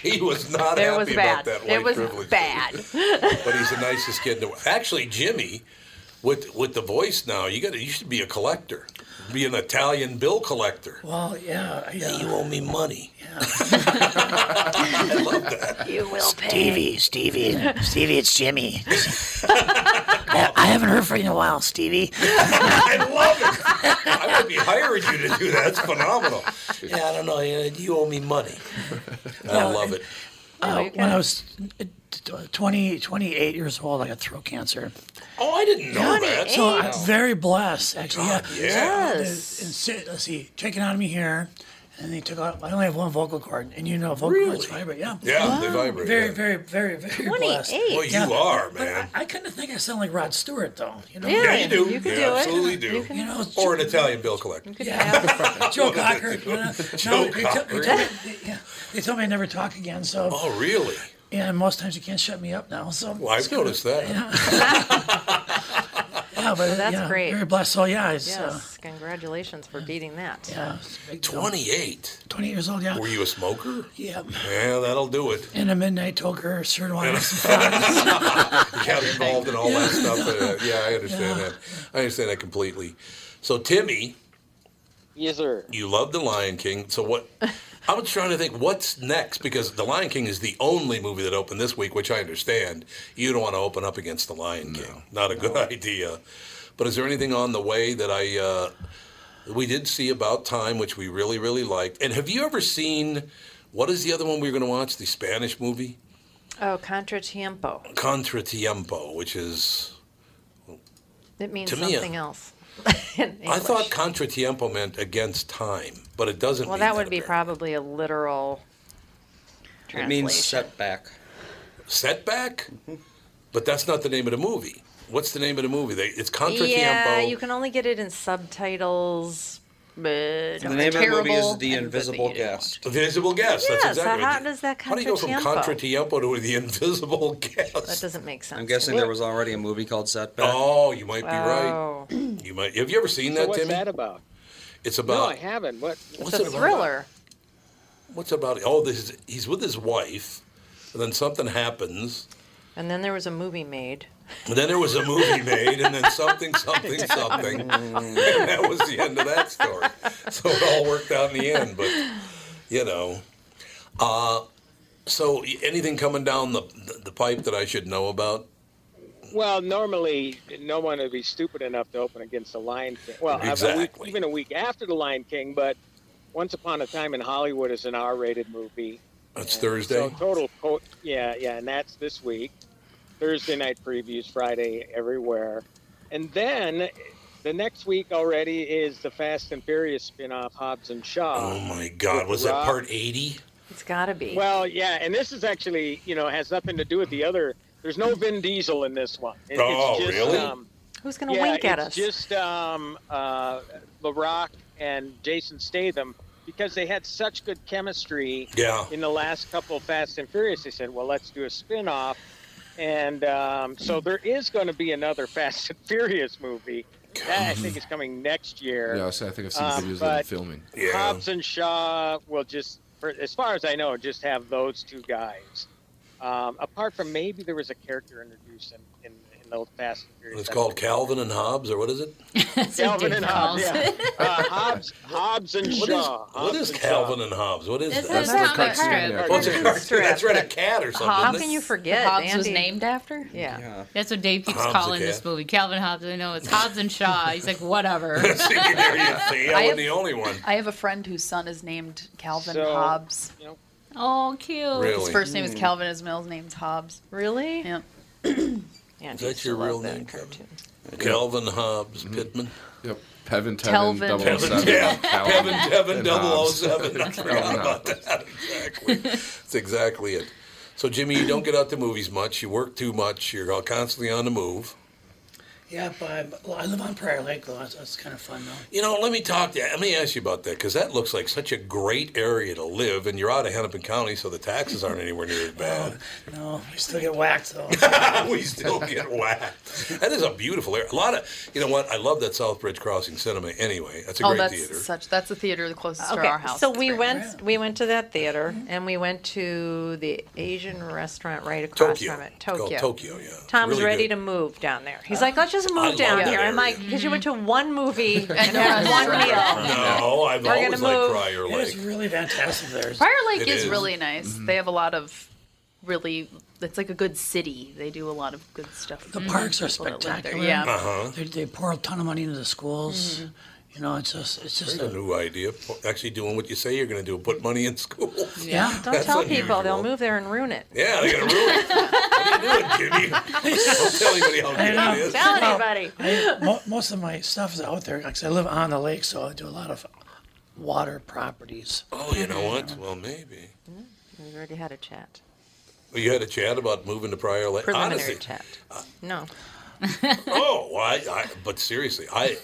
A: he was not
B: It
A: happy
B: was bad.
A: about that
B: It
A: white
B: was
A: privilege.
B: bad.
A: but he's the nicest kid. In the world. Actually, Jimmy, with with the voice now, you got to you should be a collector, be an Italian bill collector.
D: Well, yeah, I-
A: Hey, you owe me money.
B: you will
R: Stevie, Stevie, Stevie, it's Jimmy. I, I haven't heard from you in a while, Stevie.
A: I would be hiring you to do that. It's phenomenal. Yeah, I don't know. You, you owe me money. I
D: No,
A: love it.
D: Uh, when I was uh, t- 20, 28 years old, I got throat cancer.
A: Oh, I didn't know that.
D: So I'm very blessed, actually.
A: God,
D: yeah.
A: yeah.
D: So, uh, and si- let's see, taken out of me here, and they took out. I only have one vocal cord, and you know vocal cords vibrate. Yeah.
A: Yeah, they Wow. vibrate,
D: Very,
A: yeah.
D: very, very, very
B: 28.
D: blessed.
A: Well, you are,
D: But
A: man.
D: I, I kind of think I sound like Rod Stewart, though. You know?
A: yeah, you do. You, absolutely do.
D: You know,
A: or an Italian bill collector.
D: Joe Cocker. you know?
A: Joe
D: they tell-
A: Cocker.
D: They told, me, yeah, they told me I never talk again. So.
A: Oh, really?
D: Yeah, and most times you can't shut me up now. So.
A: Well, I've noticed that.
D: Yeah, Oh, but
B: That's
D: yeah,
B: great.
D: Very blessed. So yeah, it's,
B: Yes,
D: uh,
B: congratulations for beating that.
D: Yeah.
A: 28.
D: 20 years old. Yeah.
A: Were you a smoker?
D: Yeah.
A: Yeah, that'll do it.
D: And a midnight toker, certain wine.
A: You got involved in all that stuff. Uh, yeah, I understand
D: Yeah.
A: that. I understand that completely. So, Timmy,
F: Yes, sir.
A: you love The Lion King. So, what? I was trying to think what's next because The Lion King is the only movie that opened this week, which I understand. You don't want to open up against The Lion King. Not a good idea. But is there anything on the way that I uh, we did see about time, which we really really liked? And have you ever seen what is the other one we were going to watch? The Spanish movie.
B: Oh, contra tiempo.
A: Contra Tiempo, which is
B: It means
A: To me, uh,
B: something else. in
A: I
B: English.
A: thought Contra Tiempo meant against time, but it doesn't.
B: Well,
A: mean
B: that would be probably a literal.
A: It
B: means
A: setback. Setback,
G: Mm-hmm.
A: but that's not the name of the movie. What's the name of the movie? They, it's Contra
B: yeah,
A: Tiempo.
B: you can only get it in subtitles. But
G: the name of the movie is
B: terrible.
G: The Invisible Guest.
A: Invisible Guest.
B: Yeah,
A: that's
B: so
A: exactly.
B: how
A: it.
B: does that
A: How do you go from
B: uh-huh. Contra
A: Contra Tiempo to the Invisible Guest? That
B: doesn't make sense.
G: I'm guessing
B: Well,
G: there was already a movie called Setback.
A: Oh, you might
B: Wow.
A: be right. You might. Have you ever seen
F: So
A: that,
F: what's
A: Timmy?
F: that about?
A: It's
F: no,
A: about
F: I haven't. What?
A: What's it about? what's it about? Oh, this is, he's with his wife, and then something happens.
B: And then there was a movie made.
A: And then there was a movie made, and then something, something, something. And that was the end of that story. So it all worked out in the end, but you know. Uh, so y- anything coming down the the pipe that I should know about?
F: Well, normally no one would be stupid enough to open against the Lion King. Well, a- a week-
A: Exactly.
F: even a week after the Lion King, but Once Upon a Time in Hollywood is an R-rated movie.
A: That's
F: And
A: Thursday.
F: So total, co- yeah, yeah, and that's this week. Thursday night previews, Friday everywhere, and then the next week already is the Fast and Furious spin-off, Hobbs and Shaw.
A: Oh my God, was that part eighty?
B: It's got to be.
F: Well, yeah, and this is actually, you know, has nothing to do with the other. There's no Vin Diesel in this one. It-
A: Oh,
F: it's just,
A: really?
F: Um,
B: Who's going to
F: yeah,
B: wink at
F: it's
B: us?
F: just um, uh, The Rock and Jason Statham because they had such good chemistry.
A: Yeah.
F: In the last couple of Fast and Furious, they said, "Well, let's do a spin-off. and um, so there is going to be another Fast and Furious movie. That I
A: Mm-hmm.
F: think is coming next year.
M: Yeah, I see- I think I've seen
F: Um,
M: videos of them
F: but uh,
M: filming.
A: Yeah.
F: Hobbs and Shaw will just, for, as far as I know, just have those two guys. Um, apart from maybe there was a character introduced in, in, in the Fast and Furious.
A: It's called Calvin and Hobbs, or what is it?
F: Calvin and Hobbs. Yeah. Uh, Hobbs, Hobbs and
A: What is,
F: Shaw.
A: what is Calvin and Hobbs? What is
F: It's
A: that?
F: his That's the comic cartoon, strip. yeah.
A: Oh, it's a
F: Cartoon
A: cartoon.
F: strip.
A: That's right, a cat or something.
B: How
A: isn't
B: can
A: it?
B: you forget?
H: Hobbs was
B: Andy?
H: named after?
B: Yeah.
H: That's what Dave keeps
A: Hobbs
H: calling
A: the
H: this
A: cat.
H: movie. Calvin Hobbs. I know it's Hobbs and Shaw. Uh, He's like, whatever.
A: there you see, I,
H: I
A: wasn't
H: have-
A: the only one.
N: I have a friend whose son is named Calvin
A: So,
N: Hobbs.
H: Oh, cute.
A: Really?
N: His first name is
A: Hmm.
N: Calvin. His middle name's Hobbs.
B: Really?
N: Yep.
B: Is
A: that your real name, Calvin? Calvin Hobbs Pittman.
M: Mm-hmm. Yep. Pevin Tevin
A: Telvin.
M: 007.
A: Tevin, yeah.
M: Calvin
A: Tevin, Tevin,
M: and Hobbs.
A: 007. I forgot
M: Calvin
A: about
M: Hobbs.
A: that. Exactly. That's exactly it. So, Jimmy, you don't get out to movies much. You work too much. You're all constantly on the move.
D: Yeah, but I live on Prairie Lake, though. That's, that's kind of fun, though.
A: You know, let me talk to you. Let me ask you about that because that looks like such a great area to live, and you're out of Hennepin County, so the taxes aren't anywhere near as bad.
D: No, we still get whacked, though.
A: we still get whacked. That is a beautiful area. A lot of, you know what? I love that Southbridge Crossing Cinema. Anyway, that's a
J: oh,
A: great
J: that's
A: theater.
J: such. That's the theater the closest
B: Okay,
J: to our house.
B: so we went we went to that theater and we went to the Asian restaurant right across
A: Tokyo.
B: from it,
A: Go
B: Tokyo.
A: Tokyo, yeah.
B: Tom's
A: Really
B: ready
A: good.
B: to move down there. He's like, let's just
A: I
B: move
A: love
B: down
A: that
B: here. I'm
A: area.
B: like, because you went to one movie and
N: the
B: had one meal.
A: No, I've
B: We're gonna
A: always liked
B: move.
A: Prior
D: It is
A: Lake.
D: really fantastic there.
J: Prior Lake
A: It
J: is,
A: is. Mm-hmm.
J: really nice. They have a lot of really. It's like a good city. They do a lot of good stuff.
D: The parks are
J: People that live there,
D: spectacular.
J: Yeah.
A: Uh-huh.
D: They, they pour a ton of money into the schools.
J: Mm-hmm.
D: You know, it's just it's
A: There's
D: just
A: a
D: a,
A: new idea. Actually, doing what you say you're going to do, put money in school.
D: Yeah.
B: Don't
A: That's
B: tell people;
A: unusual.
B: they'll move there and ruin it.
A: Yeah, they're going to ruin it. What are you doing, Jimmy? Don't tell anybody how
D: know.
A: good it is.
B: Tell anybody.
D: I, mo- most of my stuff is out there because I live on the lake, so I do a lot of water properties.
A: Oh, you know what? Well, maybe.
B: We already had a chat.
A: Well, you had a chat about moving to Prior Lake.
B: Preliminary
A: Honestly, uh,
B: chat. No.
A: oh, I, I, but seriously, I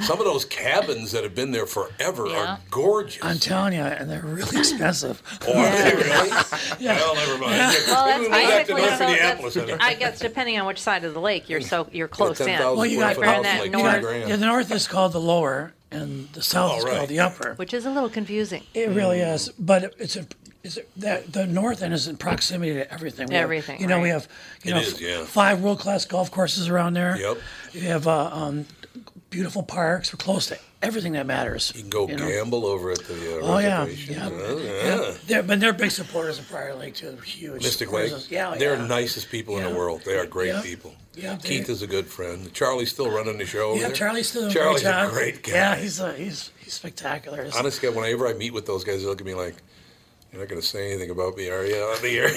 A: some of those cabins that have been there forever
D: Yeah.
A: are gorgeous.
D: I'm telling you, and they're really expensive.
A: Or are they really? Well, never mind.
B: Well, that's
A: Maybe we move back to
B: basically so.
A: Minneapolis.
B: that's- I guess depending on which side of the lake you're so you're close in.
A: 10,000 Well, you
D: square
B: If
D: got- foot
B: you're in
D: house
B: that
A: like
B: north-
A: grand.
D: Yeah, the north is called the lower, and the south is
A: Oh, right.
D: called the upper.
B: which is a little confusing.
D: It really is, but it- it's a, is it, that the north end is in proximity to everything. We have-
B: Everything,
D: you know, we
B: right.
D: have you
A: It
D: know
A: is, yeah.
D: five world class golf courses around there.
A: Yep.
D: You have uh, um, beautiful parks. We're close to everything that matters.
A: You can go
D: you know?
A: gamble over at the uh,
D: Oh yeah,
A: reservations.
D: yeah.
A: Uh, yeah.
D: yeah. They're, but they're big supporters of Prior Lake too. Huge.
A: Mystic Lake.
D: supporters of- Yeah,
A: They're
D: yeah.
A: nicest people in
D: Yeah.
A: the world. They are great
D: Yeah.
A: people.
D: Yeah, they-
A: Keith is a good friend. Charlie's still running the show. over
D: Yeah,
A: there.
D: Charlie's still doing
A: Charlie's
D: a
A: great
D: great job.
A: guy.
D: Yeah, he's uh, he's he's spectacular. It's-
A: Honestly, whenever I meet with those guys, they look at me like, "You're not going to say anything about me, are you?" On the air,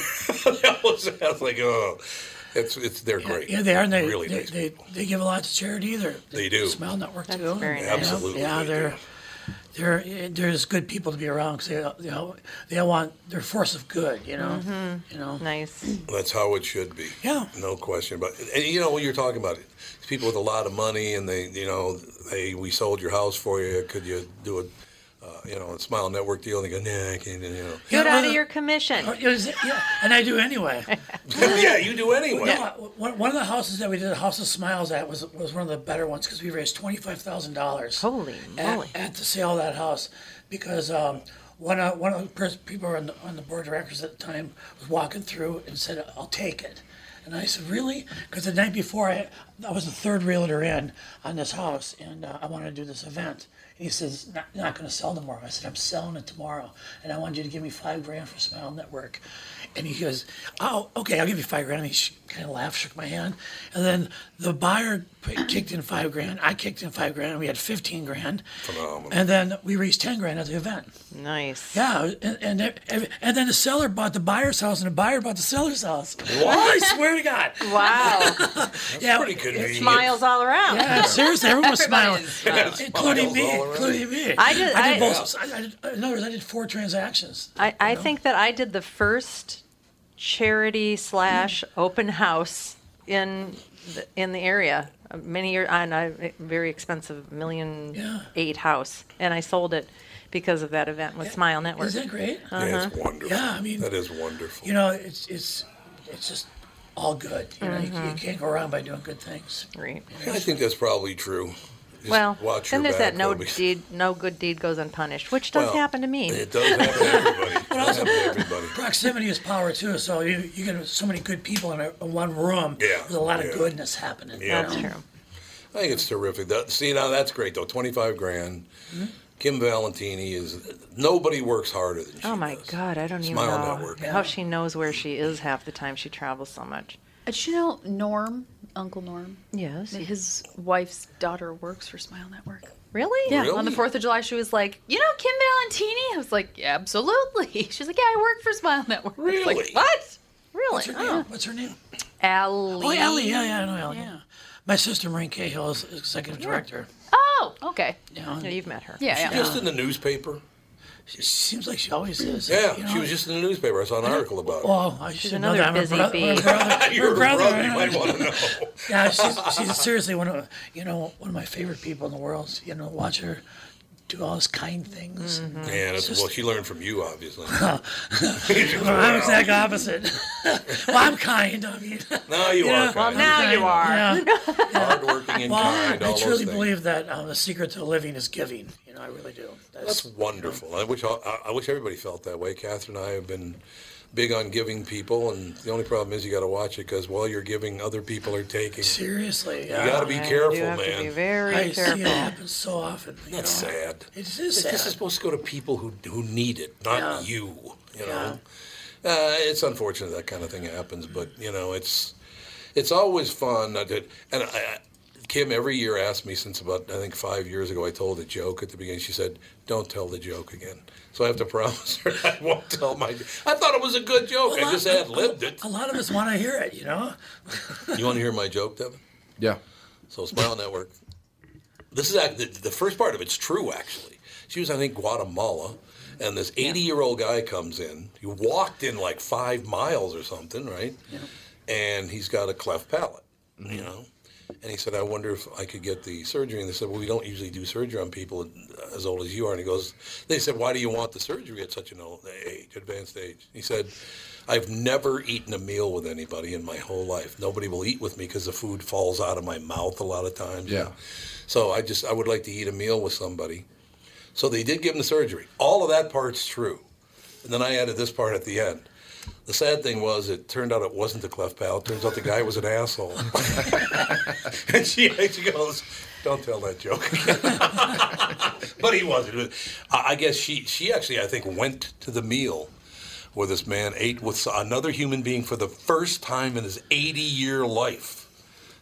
A: I was I was like, "Oh, it's it's they're great."
D: yeah, they are. And they
A: really
D: they,
A: nice.
D: they, they give a lot to charity either.
A: They do.
D: Smile Network
B: That's
D: too.
B: very
D: Yeah,
B: nice.
A: Absolutely,
D: Yeah,
A: they
D: they're they're eh, they're just good people to be around because they you know they all want they're a force of good. You know. You know.
B: Mm-hmm. Nice.
A: That's how it should be.
D: Yeah.
A: no question about it. And you know what you're talking about? It's people with a lot of money, and they, you know, hey, we sold your house for you. Could you do a, uh, you know, a Smile Network deal? And they go, "Nah, I can't." You know,
B: Get
D: Yeah,
B: out of
D: well, Oh,
B: your commission.
D: It was- yeah, and I do anyway.
A: yeah, you do anyway.
D: No, one, one of the houses that we did a House of Smiles at was was one of the better ones because we raised twenty five thousand dollars.
B: Holy moly.
D: At, at the sale of that house, because um, one of one of the pers- people on the, on the board of directors at the time was walking through and said, "I'll take it," and I said, "Really?" Because the night before, I I was the third realtor in on this house, and uh, I wanted to do this event. And he says, "Not, not going to sell tomorrow." I said, "I'm selling it tomorrow, and I want you to give me five grand for Smile Network." And he goes, "Oh, okay, I'll give you five grand." And he sh- kind of laughed, shook my hand, and then the buyer p- kicked in five grand. I kicked in five grand. and We had fifteen grand,
A: Phenomenal.
D: and then we raised ten grand at the event.
B: Nice.
D: Yeah, and and, ev- and then the seller bought the buyer's house, and the buyer bought the seller's house. I swear to God.
B: Wow.
D: yeah,
A: Pretty convenient.
B: Smiles all around.
D: Yeah, seriously, everyone was
B: Everybody
D: smiling,
B: is
D: including me,
A: all around.
D: including me.
B: I did-
D: I
B: I-
D: did both. I, I did, in other words, I did four transactions.
B: I, I think that I did the first charity slash open house in the, in the area uh, many years on a eh, very expensive million
D: Yeah.
B: eight house, and I sold it because of that event with Smile Network. Uh-huh.
D: Isn't that great?
A: Yeah, it's wonderful.
D: Yeah, I mean-
A: that is wonderful.
D: You know, it's it's it's just all good. You know, you, you can't go wrong by doing good things.
B: Mm-hmm. Right.
A: I think that's probably true. Just
B: Well,
A: watch
B: then
A: your
B: there's
A: back,
B: that no
A: though, because-
B: deed, no good deed goes unpunished, which does
A: Well,
B: happen to me.
A: It does happen to everybody. It does happen to everybody.
D: Proximity is power too. So you you get so many good people in, a, in one room.
A: Yeah,
D: There's a lot
A: yeah.
D: of goodness happening.
A: Yeah.
B: That's true.
A: I think it's terrific. That, see, now that's great though. Twenty-five grand.
B: Mm-hmm.
A: Kim Valentini is nobody works harder than she.
B: Oh my God, I don't
A: Smile
B: even know
A: Network.
B: how she knows where she is half the time. She travels so much.
N: Did you know Norm, Uncle Norm?
B: Yes.
N: His wife's daughter works for Smile Network.
B: Really?
N: Yeah. On the Fourth of July, she was like, "You know Kim Valentini?" I was like, yeah, "Absolutely." She's like, "Yeah, I work for Smile Network." Really?
A: Really?
N: like, what?
D: What's
B: Really?
D: her
B: Oh.
D: name? What's her name?
N: Allie.
D: Oh, Ellie. Yeah, yeah, I know Ellie. Yeah. My sister Maureen Cahill is executive director.
N: Oh, okay.
D: Yeah.
B: Yeah, you've met her.
N: Yeah,
A: She
N: yeah.
A: just in the newspaper.
D: She seems like she always is.
A: Yeah,
D: you know?
A: she was just in the newspaper. I saw an article about it.
D: Oh, I should know that. Her bro- her brother-
A: Your
D: her
A: brother,
D: brother, I
A: you
D: know.
A: might want to know.
D: Yeah, she's, she's seriously one of you know one of my favorite people in the world. You know, watch her do all those kind things.
B: Mm-hmm.
A: Yeah, that's,
D: Mm-hmm. It's just-
A: well, she learned from you, obviously.
D: well, I'm exact opposite. well, I'm kind. I mean,
A: No, you are kind. Well, now
D: I'm
A: you are.
D: yeah.
A: Hardworking and
D: Well,
A: kind, all
D: I
A: those
D: truly
A: things.
D: believe that um, the secret to living is giving. You know, I really do.
A: That's wonderful. I wish all- I, I wish everybody felt that way. Catherine and I have been big on giving people, and the only problem is you got to watch it because while you're giving, other people are taking.
D: Seriously,
A: you
D: yeah.
A: got to be
D: Yeah, you
A: careful,
D: have to
A: man.
D: be very I see it careful. happen so often, you
A: That's
D: know.
A: sad.
D: It is sad.
A: This is supposed to go to people who who need it, not
D: Yeah.
A: you. You know, uh, it's unfortunate that kind of thing happens, but you know, it's it's always fun. Not to, and I- I, Kim every year asks me since about I think five years ago. I told a joke at the beginning. She said, "Don't tell the joke again." So I have to promise her I won't tell my. I thought it was a good joke. I just ad libbed it.
D: A lot of us want to hear it, you know.
A: You want to hear my joke, Devin?
M: Yeah.
A: So Smile Network. This is act- the, the first part of it's true actually. She was I think Guatemala, and this eighty-year-old guy comes in. He walked in like five miles or something, right? And he's got a cleft palate, you know. And he said, "I wonder if I could get the surgery." And they said, "Well, we don't usually do surgery on people as old as you are." And he goes, "They said, why do you want the surgery at such an old age, advanced age?" He said, "I've never eaten a meal with anybody in my whole life. Nobody will eat with me because the food falls out of my mouth a lot of times."
M: Yeah.
A: So I just I would like to eat a meal with somebody. So they did give him the surgery. All of that part's true. And then I added this part at the end. The sad thing was, it turned out it wasn't the cleft palate. Turns out the guy was an asshole. and she, she goes, "Don't tell that joke." but he wasn't. I I guess she she actually I think went to the meal where this man ate with another human being for the first time in his 80 year life.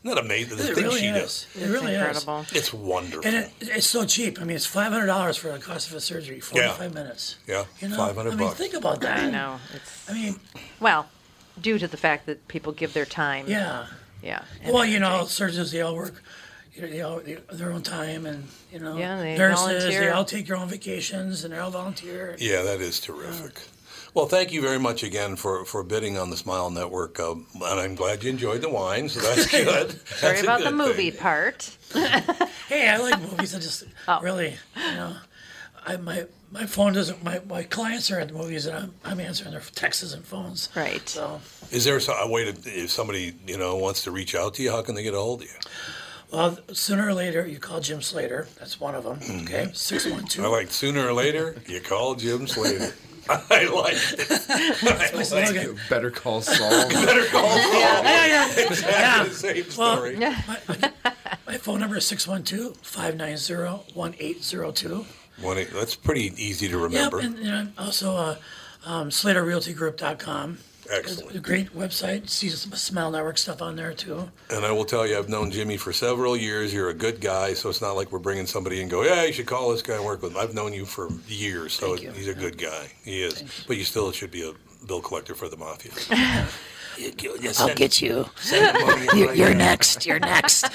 A: Isn't that amazing? The
D: It
A: thing
D: really
A: she
D: is.
A: does.
D: It really is. Incredible.
A: It's wonderful.
D: And it, it's so cheap. I mean, it's five hundred dollars for the cost of a surgery,
A: Yeah.
D: forty-five minutes.
A: yeah,
D: You know,
A: 500
D: I mean,
A: bucks.
D: think about that.
B: I know. It's,
D: I mean,
B: well, due to the fact that people give their time.
D: Yeah.
B: Yeah.
D: Well, you know, surgeons they all work, you know, they all they, their own time, and you know,
B: Yeah, they
D: nurses they
B: volunteer.
D: all take their own vacations, and they all volunteer.
A: Yeah, that is terrific. Well, thank you very much again for, for bidding on the Smile Network, um, and I'm glad you enjoyed the wine. So that's good.
B: Sorry
A: That's a
B: about the
A: good
B: movie
A: thing.
B: part. Oh.
D: hey, I like movies. I just really, you know, I my my phone doesn't. My, my clients are at the movies, and I'm I'm answering their texts and phones. Right. So,
A: Is there so- a way to if somebody you know wants to reach out to you? How can they get a hold of you?
D: well, sooner or later, you call Jim Slater. That's one of them.
A: Mm-hmm.
D: Okay, six one two.
A: I like sooner or later you call Jim Slater. I like it. I like it.
M: Better call Saul.
S: Oh.
A: Better call Saul.
D: yeah, yeah.
A: Exactly
D: yeah.
A: the same
D: Well,
A: story.
D: my, my phone number is 612 590 1802.
A: One eight- that's pretty easy to remember.
D: Yep, and, you know, also uh, um, SlaterRealtyGroup.com.
A: Excellent.
D: It's a great website. See some Smile Network stuff on there too.
A: And I will tell you, I've known Jimmy for several years. You're a good guy, so it's not like we're bringing somebody in and go, yeah, you should call this guy and work with him. I've known you for years, so it, he's a good guy. He is. But you still should be a bill collector for the mafia. You- you- you
S: I'll
A: Uh, send-
S: get you.
A: send the money in
S: You-
A: right
S: You're
A: now.
S: next. You're next.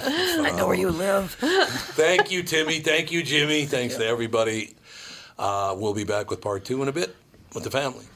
S: I know where you
A: Um,
S: live.
A: Uh, Thank you, Timmy. Thank you, Jimmy. Thanks to everybody. Uh, we'll be back with part two in a bit with the family.